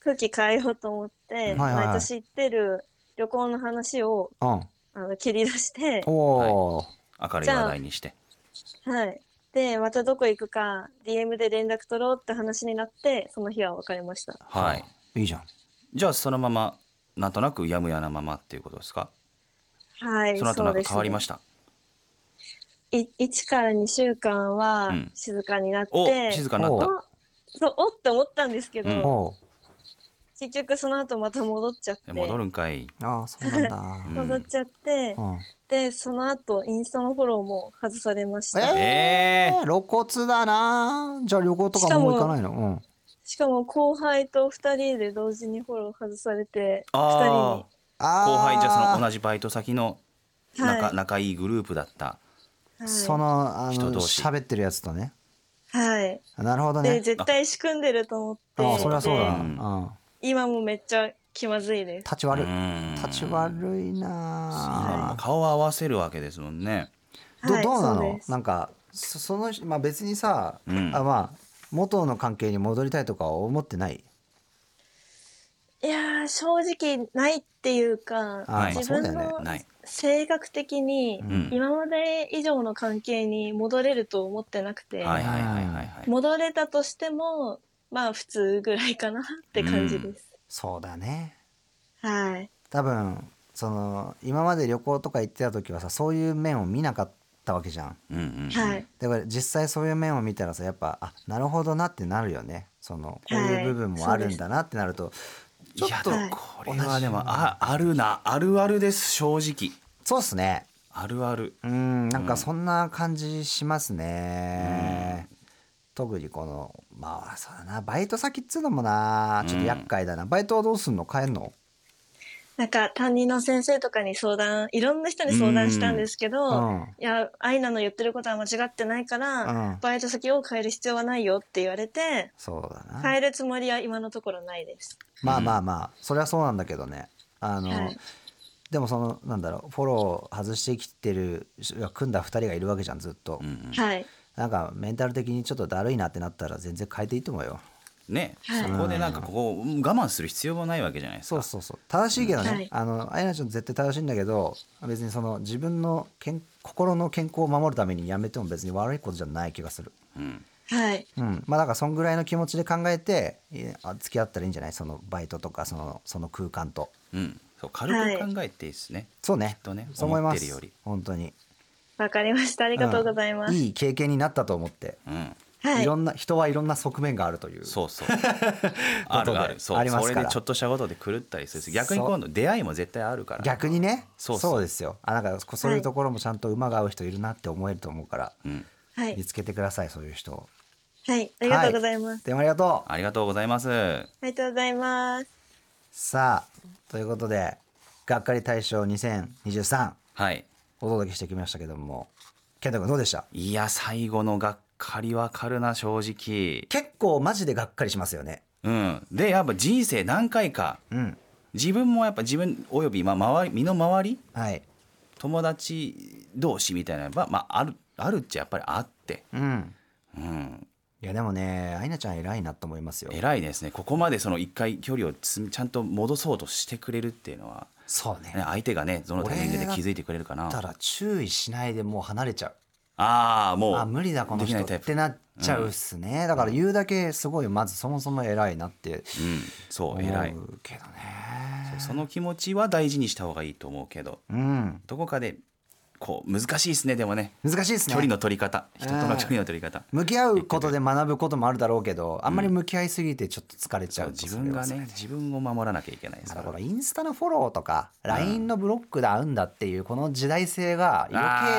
[SPEAKER 7] 空気変えようと思って、
[SPEAKER 2] はいはい
[SPEAKER 7] 毎年行ってる旅行の話を
[SPEAKER 2] んうん
[SPEAKER 7] あの切り出して、
[SPEAKER 2] おおー、
[SPEAKER 3] 明るい話題にして
[SPEAKER 7] はい、でまたどこ行くか DM で連絡取ろうって話になってその日は別れました
[SPEAKER 3] はい
[SPEAKER 2] いいじゃん
[SPEAKER 3] じゃあそのままなんとなくやむやなままっていうことですか
[SPEAKER 7] はい
[SPEAKER 3] その後なんか変わりま
[SPEAKER 7] し
[SPEAKER 3] した
[SPEAKER 7] た、い1から2週間は
[SPEAKER 3] うん
[SPEAKER 7] 静かになって、
[SPEAKER 3] お静かになっ
[SPEAKER 2] お
[SPEAKER 3] た
[SPEAKER 7] おそうおって思ったんですけど、
[SPEAKER 3] うん
[SPEAKER 2] おう
[SPEAKER 7] 結局その後また戻っちゃって
[SPEAKER 3] 戻るんかい
[SPEAKER 2] ああそうなん だ、
[SPEAKER 3] ん
[SPEAKER 7] 戻っちゃって、
[SPEAKER 2] うん、
[SPEAKER 7] でその後インスタのフォローも外されました、
[SPEAKER 3] えー
[SPEAKER 2] 露骨だなじゃあ旅行とかもう行かないの
[SPEAKER 7] しかも後輩と2人で同時にフォロー外されて2人
[SPEAKER 3] あー
[SPEAKER 7] に
[SPEAKER 2] うん、
[SPEAKER 3] 後輩じゃあその
[SPEAKER 2] 同
[SPEAKER 3] 同じバイト先の仲,、
[SPEAKER 7] はい
[SPEAKER 3] 仲いいグループだった
[SPEAKER 7] はい、
[SPEAKER 2] そのあ
[SPEAKER 3] 人
[SPEAKER 2] の
[SPEAKER 3] 同士
[SPEAKER 2] 喋ってるやつとね
[SPEAKER 7] はい、
[SPEAKER 2] なるほど
[SPEAKER 7] で
[SPEAKER 2] ね
[SPEAKER 7] 絶対仕組んでると思って
[SPEAKER 2] ああそりゃそうだ、
[SPEAKER 3] う
[SPEAKER 2] うんん、
[SPEAKER 7] 今もめっちゃ気まずいです。
[SPEAKER 2] 立ち悪い
[SPEAKER 3] 立
[SPEAKER 2] 立ち悪いなあ
[SPEAKER 3] 顔を合わせるわけですもんね
[SPEAKER 2] ど
[SPEAKER 7] はい
[SPEAKER 2] どうな
[SPEAKER 7] そう
[SPEAKER 2] の
[SPEAKER 7] です
[SPEAKER 2] なんかそその人、まあ、別にさ、
[SPEAKER 3] うん
[SPEAKER 2] あまあ元の関係に戻りたいとかは思ってない
[SPEAKER 7] いやー正直ないっていうか、
[SPEAKER 2] あ
[SPEAKER 3] ー
[SPEAKER 7] 自
[SPEAKER 2] まあ
[SPEAKER 7] 分
[SPEAKER 2] そうだよ
[SPEAKER 7] の
[SPEAKER 3] ない
[SPEAKER 7] 性格的に
[SPEAKER 3] ん
[SPEAKER 7] 今まで以上の関係に戻れると思ってなくて、
[SPEAKER 3] はいはいはいはいはい
[SPEAKER 7] 戻れたとしてもまあ普通ぐらいかなって感じです。
[SPEAKER 2] そうだね
[SPEAKER 7] はい、
[SPEAKER 2] 多分その今まで旅行とか行ってた時はさそういう面を見なかったわけじゃん
[SPEAKER 3] うんうん
[SPEAKER 7] はい、
[SPEAKER 2] だから実際そういう面を見たらさやっぱあなるほどなってなるよねそのこういう部分もあるんだなってなると、ちょ
[SPEAKER 3] いや
[SPEAKER 2] っと
[SPEAKER 3] これはでも
[SPEAKER 2] 同じ
[SPEAKER 3] ああるなあるあるです正直
[SPEAKER 2] そうっすね
[SPEAKER 3] あるある
[SPEAKER 2] うんなんかそんな感じしますね、特にこのまあそうだなバイト先っつうのもなちょっと厄介だな、バイトはどうすんの帰んの
[SPEAKER 7] なんか担任の先生とかに相談いろんな人に相談したんですけど、
[SPEAKER 2] うん
[SPEAKER 7] いやアイナの言ってることは間違ってないから、
[SPEAKER 2] うん
[SPEAKER 7] バイト先を変える必要はないよって言われて
[SPEAKER 2] そうだな、
[SPEAKER 7] 変えるつもりは今のところないです。
[SPEAKER 2] まあまあまあそりゃそうなんだけどねあの、
[SPEAKER 7] はい
[SPEAKER 2] でもそのなんだろうフォロー外してきてる組んだ2人がいるわけじゃんずっと、
[SPEAKER 7] はい。
[SPEAKER 2] なんかメンタル的にちょっとだるいなってなったら全然変えていいと思うよ
[SPEAKER 3] ね、
[SPEAKER 7] はい
[SPEAKER 3] そこでなんかここうん我慢する必要はないわけじゃないです
[SPEAKER 2] そう
[SPEAKER 3] か。
[SPEAKER 2] そうそう正しいけどね、
[SPEAKER 7] はい
[SPEAKER 2] あのあやなちゃん絶対正しいんだけど別にその自分の健心の健康を守るためにやめても別に悪いことじゃない気がする
[SPEAKER 3] うん
[SPEAKER 7] はい。
[SPEAKER 2] うん、まあだからそんぐらいの気持ちで考えていやあ付き合ったらいいんじゃないそのバイトとかそのその空間と
[SPEAKER 3] うん、そう軽く考えていいですね。
[SPEAKER 2] そうね
[SPEAKER 3] きっとね
[SPEAKER 2] そう思いま
[SPEAKER 3] 思ってるよ
[SPEAKER 2] す
[SPEAKER 3] り
[SPEAKER 2] 本当に
[SPEAKER 7] わかりました。ありがとうございます。
[SPEAKER 2] いい経験になったと思って、、
[SPEAKER 3] うん、
[SPEAKER 7] はいい
[SPEAKER 2] ろ。んな人はいろんな側面があるという
[SPEAKER 3] そ うそう。あるある。そう。
[SPEAKER 2] あります
[SPEAKER 3] そ
[SPEAKER 2] から
[SPEAKER 3] れでちょっとしたことで狂ったりする。逆に今度出会いも絶対あるから。
[SPEAKER 2] 逆にね
[SPEAKER 3] そうそう
[SPEAKER 2] ですよあなんかこそういうところもちゃんと馬が合う人いるなって思えると思うから、
[SPEAKER 3] うん。
[SPEAKER 7] はい
[SPEAKER 2] 見。つけてくださいそういう人を
[SPEAKER 7] はい。ありがとうございます。
[SPEAKER 2] でもありがとう
[SPEAKER 3] ありがとうございます。
[SPEAKER 7] ありがとうございます。
[SPEAKER 2] さあということで「がっかり大賞2023
[SPEAKER 3] はい。」
[SPEAKER 2] お届けしてきましたけども健太君どうでした
[SPEAKER 3] いや最後のがっかりわかるな正直。
[SPEAKER 2] 結構マジでがっかりしますよね
[SPEAKER 3] うん。でやっぱ人生何回か
[SPEAKER 2] うん
[SPEAKER 3] 自分もやっぱ自分およびまあ周り身の回り
[SPEAKER 2] はい
[SPEAKER 3] 友達同士みたいなのがまああるあるっちゃやっぱりあって。
[SPEAKER 2] うん
[SPEAKER 3] うん。
[SPEAKER 2] いやでもねアイナちゃん偉いなと思いますよ
[SPEAKER 3] 偉いですねここまでその一回距離をつちゃんと戻そうとしてくれるっていうのは、
[SPEAKER 2] そうね
[SPEAKER 3] ね、相手がねどのタイミングで
[SPEAKER 2] 俺が
[SPEAKER 3] 気づいてくれるかな
[SPEAKER 2] だったら注意しないでもう離れちゃう
[SPEAKER 3] ああもう
[SPEAKER 2] あ無理だこの
[SPEAKER 3] でき
[SPEAKER 2] 人
[SPEAKER 3] な
[SPEAKER 2] っ
[SPEAKER 3] いタイプ
[SPEAKER 2] てなっちゃうっすね、だから言うだけすごいまずそもそも偉いなって
[SPEAKER 3] うん、そ
[SPEAKER 2] 思う
[SPEAKER 3] う偉い
[SPEAKER 2] けどね
[SPEAKER 3] そうその気持ちは大事にした方がいいと思うけど
[SPEAKER 2] うん
[SPEAKER 3] どこかでこう難しいですねでもね
[SPEAKER 2] 難しいですね
[SPEAKER 3] 距離の取り方人と
[SPEAKER 2] う
[SPEAKER 3] の
[SPEAKER 2] ん
[SPEAKER 3] 距離の取り方
[SPEAKER 2] 向き合うことで学ぶこともあるだろうけどあんまり向き合いすぎてちょっと疲れちゃ
[SPEAKER 3] そう
[SPEAKER 2] う
[SPEAKER 3] 自分が
[SPEAKER 2] それ
[SPEAKER 3] ね
[SPEAKER 2] は
[SPEAKER 3] 自分を守らなきゃいけないで
[SPEAKER 2] だ
[SPEAKER 3] すか
[SPEAKER 2] かららこのインスタのフォローとか LINE のブロックで合うんだっていうこの時代性が余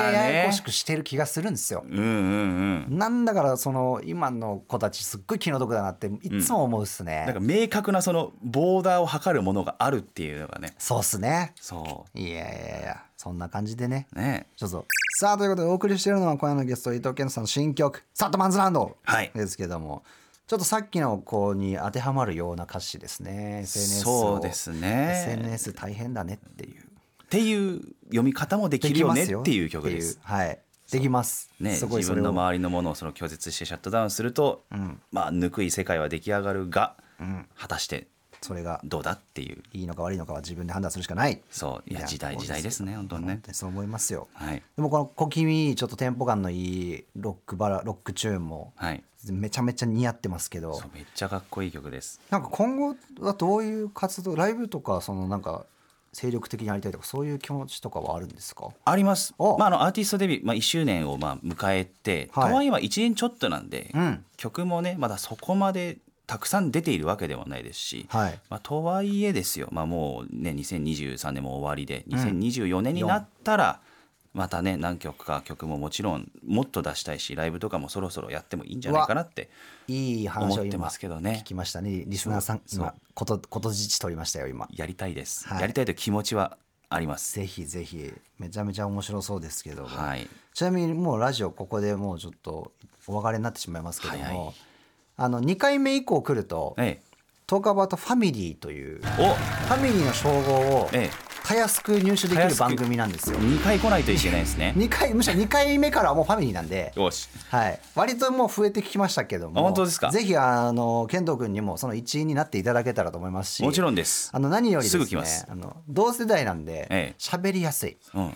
[SPEAKER 2] 計ややこしくしてる気がするんですよ。
[SPEAKER 3] うんうんうん
[SPEAKER 2] なんだからその今の子たちすっごい気の毒だなっていつも思うっすね。
[SPEAKER 3] なんか明確なそのボーダーを測るものがあるっていうのがね
[SPEAKER 2] そうっすね。
[SPEAKER 3] そ
[SPEAKER 2] いやいやいやそんな感じでね。
[SPEAKER 3] うね
[SPEAKER 2] ちょっとさあということでお送りしているのは今夜のゲスト伊藤健さんの新曲「サットマンズランド」
[SPEAKER 3] はい
[SPEAKER 2] ですけどもちょっとさっきの子に当てはまるような歌詞ですね SNS を
[SPEAKER 3] そうですね
[SPEAKER 2] SNS 大変だねっていう
[SPEAKER 3] っていう読み方もできるよねっていう曲で
[SPEAKER 2] きますよ。っていうはいできます
[SPEAKER 3] ね、
[SPEAKER 2] すごい
[SPEAKER 3] 自
[SPEAKER 2] それ
[SPEAKER 3] 分
[SPEAKER 2] を
[SPEAKER 3] の周りのものをその拒絶してシャットダウンすると、
[SPEAKER 2] ん
[SPEAKER 3] まあぬくい世界は出来上がるが、果たして
[SPEAKER 2] それが
[SPEAKER 3] どうだっていう
[SPEAKER 2] いいのか悪いのかは自分で判断するしかない
[SPEAKER 3] そうい
[SPEAKER 2] い
[SPEAKER 3] や
[SPEAKER 2] や
[SPEAKER 3] 時代時代ですね本当に
[SPEAKER 2] 本
[SPEAKER 3] ね
[SPEAKER 2] 当にそう思いますよ
[SPEAKER 3] はい
[SPEAKER 2] でもこの小気味いいちょっとテンポ感のいいロックバラロックチューンも
[SPEAKER 3] はい
[SPEAKER 2] めちゃめちゃ似合ってますけど
[SPEAKER 3] そうめっちゃかっこいい曲です
[SPEAKER 2] なんか今後はどういう活動ライブとかそのなんか精力的にやりたいとかそういう気持ちとかはあるんですか
[SPEAKER 3] あります、
[SPEAKER 2] お
[SPEAKER 3] まあ、あのアーティストデビュー、まあ、1周年をまあ迎えて、
[SPEAKER 2] はい
[SPEAKER 3] とはいえば1年ちょっとなんで、
[SPEAKER 2] うん
[SPEAKER 3] 曲もねまだそこまでたくさん出ているわけではないですし、
[SPEAKER 2] はい
[SPEAKER 3] まあ、とはいえですよ、まあ、もうね2023年も終わりで2024年になったら、またね何曲か曲ももちろんもっと出したいしライブとかもそろそろやってもいいんじゃないかなって
[SPEAKER 2] いい話を
[SPEAKER 3] 思って
[SPEAKER 2] 今
[SPEAKER 3] ますけどね
[SPEAKER 2] 聞きましたねリスナーさん
[SPEAKER 3] そう
[SPEAKER 2] 今ことことじち取りましたよ今
[SPEAKER 3] やりたいです、
[SPEAKER 2] はい
[SPEAKER 3] やりたいという気持ちはあります。
[SPEAKER 2] ぜひぜひめちゃめちゃ面白そうですけども、
[SPEAKER 3] はい、
[SPEAKER 2] ちなみにもうラジオここでもうちょっとお別れになってしまいますけども、
[SPEAKER 3] はいはい
[SPEAKER 2] あの2回目以降来ると
[SPEAKER 3] え
[SPEAKER 2] 「トーカーバートファミリー」という
[SPEAKER 3] え、お
[SPEAKER 2] ファミリーの称号を
[SPEAKER 3] え
[SPEAKER 2] たやすく入手でき
[SPEAKER 3] たや
[SPEAKER 2] る
[SPEAKER 3] すく
[SPEAKER 2] 番組なんです
[SPEAKER 3] え、
[SPEAKER 2] よ。
[SPEAKER 3] 2回来ないといけないですね。
[SPEAKER 2] 2回むしろ2回目からはもうファミリーなんで、
[SPEAKER 3] よし
[SPEAKER 2] はい、割ともう増えてきましたけども
[SPEAKER 3] あ本当ですか
[SPEAKER 2] ぜひあの健人君にもその一員になっていただけたらと思いますし
[SPEAKER 3] もちろ
[SPEAKER 2] ん
[SPEAKER 3] んです
[SPEAKER 2] あ。の何よりです
[SPEAKER 3] す
[SPEAKER 2] ね
[SPEAKER 3] ぐ来ます
[SPEAKER 2] あの同世代なんで
[SPEAKER 3] ええ
[SPEAKER 2] 喋、りやすい
[SPEAKER 3] うん、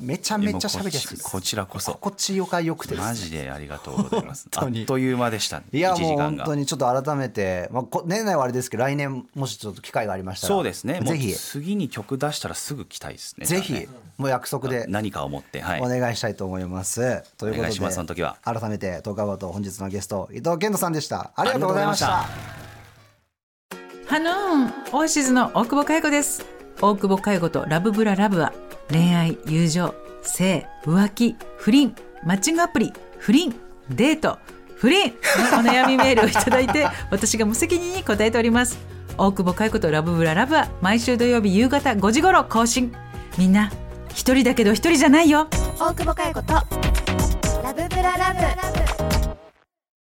[SPEAKER 2] めちゃめちゃ喋りやすいです
[SPEAKER 3] こちらこそ
[SPEAKER 2] 心地よかよくてですね
[SPEAKER 3] マジでありがとうございます。あ
[SPEAKER 2] 本当
[SPEAKER 3] っ
[SPEAKER 2] に
[SPEAKER 3] という間でした、ね。
[SPEAKER 2] いや
[SPEAKER 3] 1時
[SPEAKER 2] もう
[SPEAKER 3] 間
[SPEAKER 2] 本
[SPEAKER 3] が
[SPEAKER 2] 当にちょっと改めて、まあ、こ年内はあれですけど来年もしちょっと機会がありましたら
[SPEAKER 3] そうですね。も
[SPEAKER 2] ぜ
[SPEAKER 3] う
[SPEAKER 2] ひ
[SPEAKER 3] 次に曲出したらすぐ来たいですね。
[SPEAKER 2] ぜ
[SPEAKER 3] じゃあ
[SPEAKER 2] ひ
[SPEAKER 3] ね
[SPEAKER 2] もう約束で
[SPEAKER 3] 何かを持って、はい。
[SPEAKER 2] お願いしたいと思います、ということで
[SPEAKER 3] お願いしますその時は
[SPEAKER 2] 改めて東海バート本日のゲスト伊藤健人さんでしたありがとうございました
[SPEAKER 3] ありがとうございました
[SPEAKER 8] ハノーンオーシズの大久保佳代子です大久保佳代子とラブブララブは恋愛友情性浮気不倫マッチングアプリ不倫デート不倫のお悩みメールをいただいて私が無責任に答えております大久保佳代子とラブブララブは毎週土曜日夕方5時頃更新みんな一人だけど一人じゃないよ
[SPEAKER 9] 大久保佳代子とラブブララブ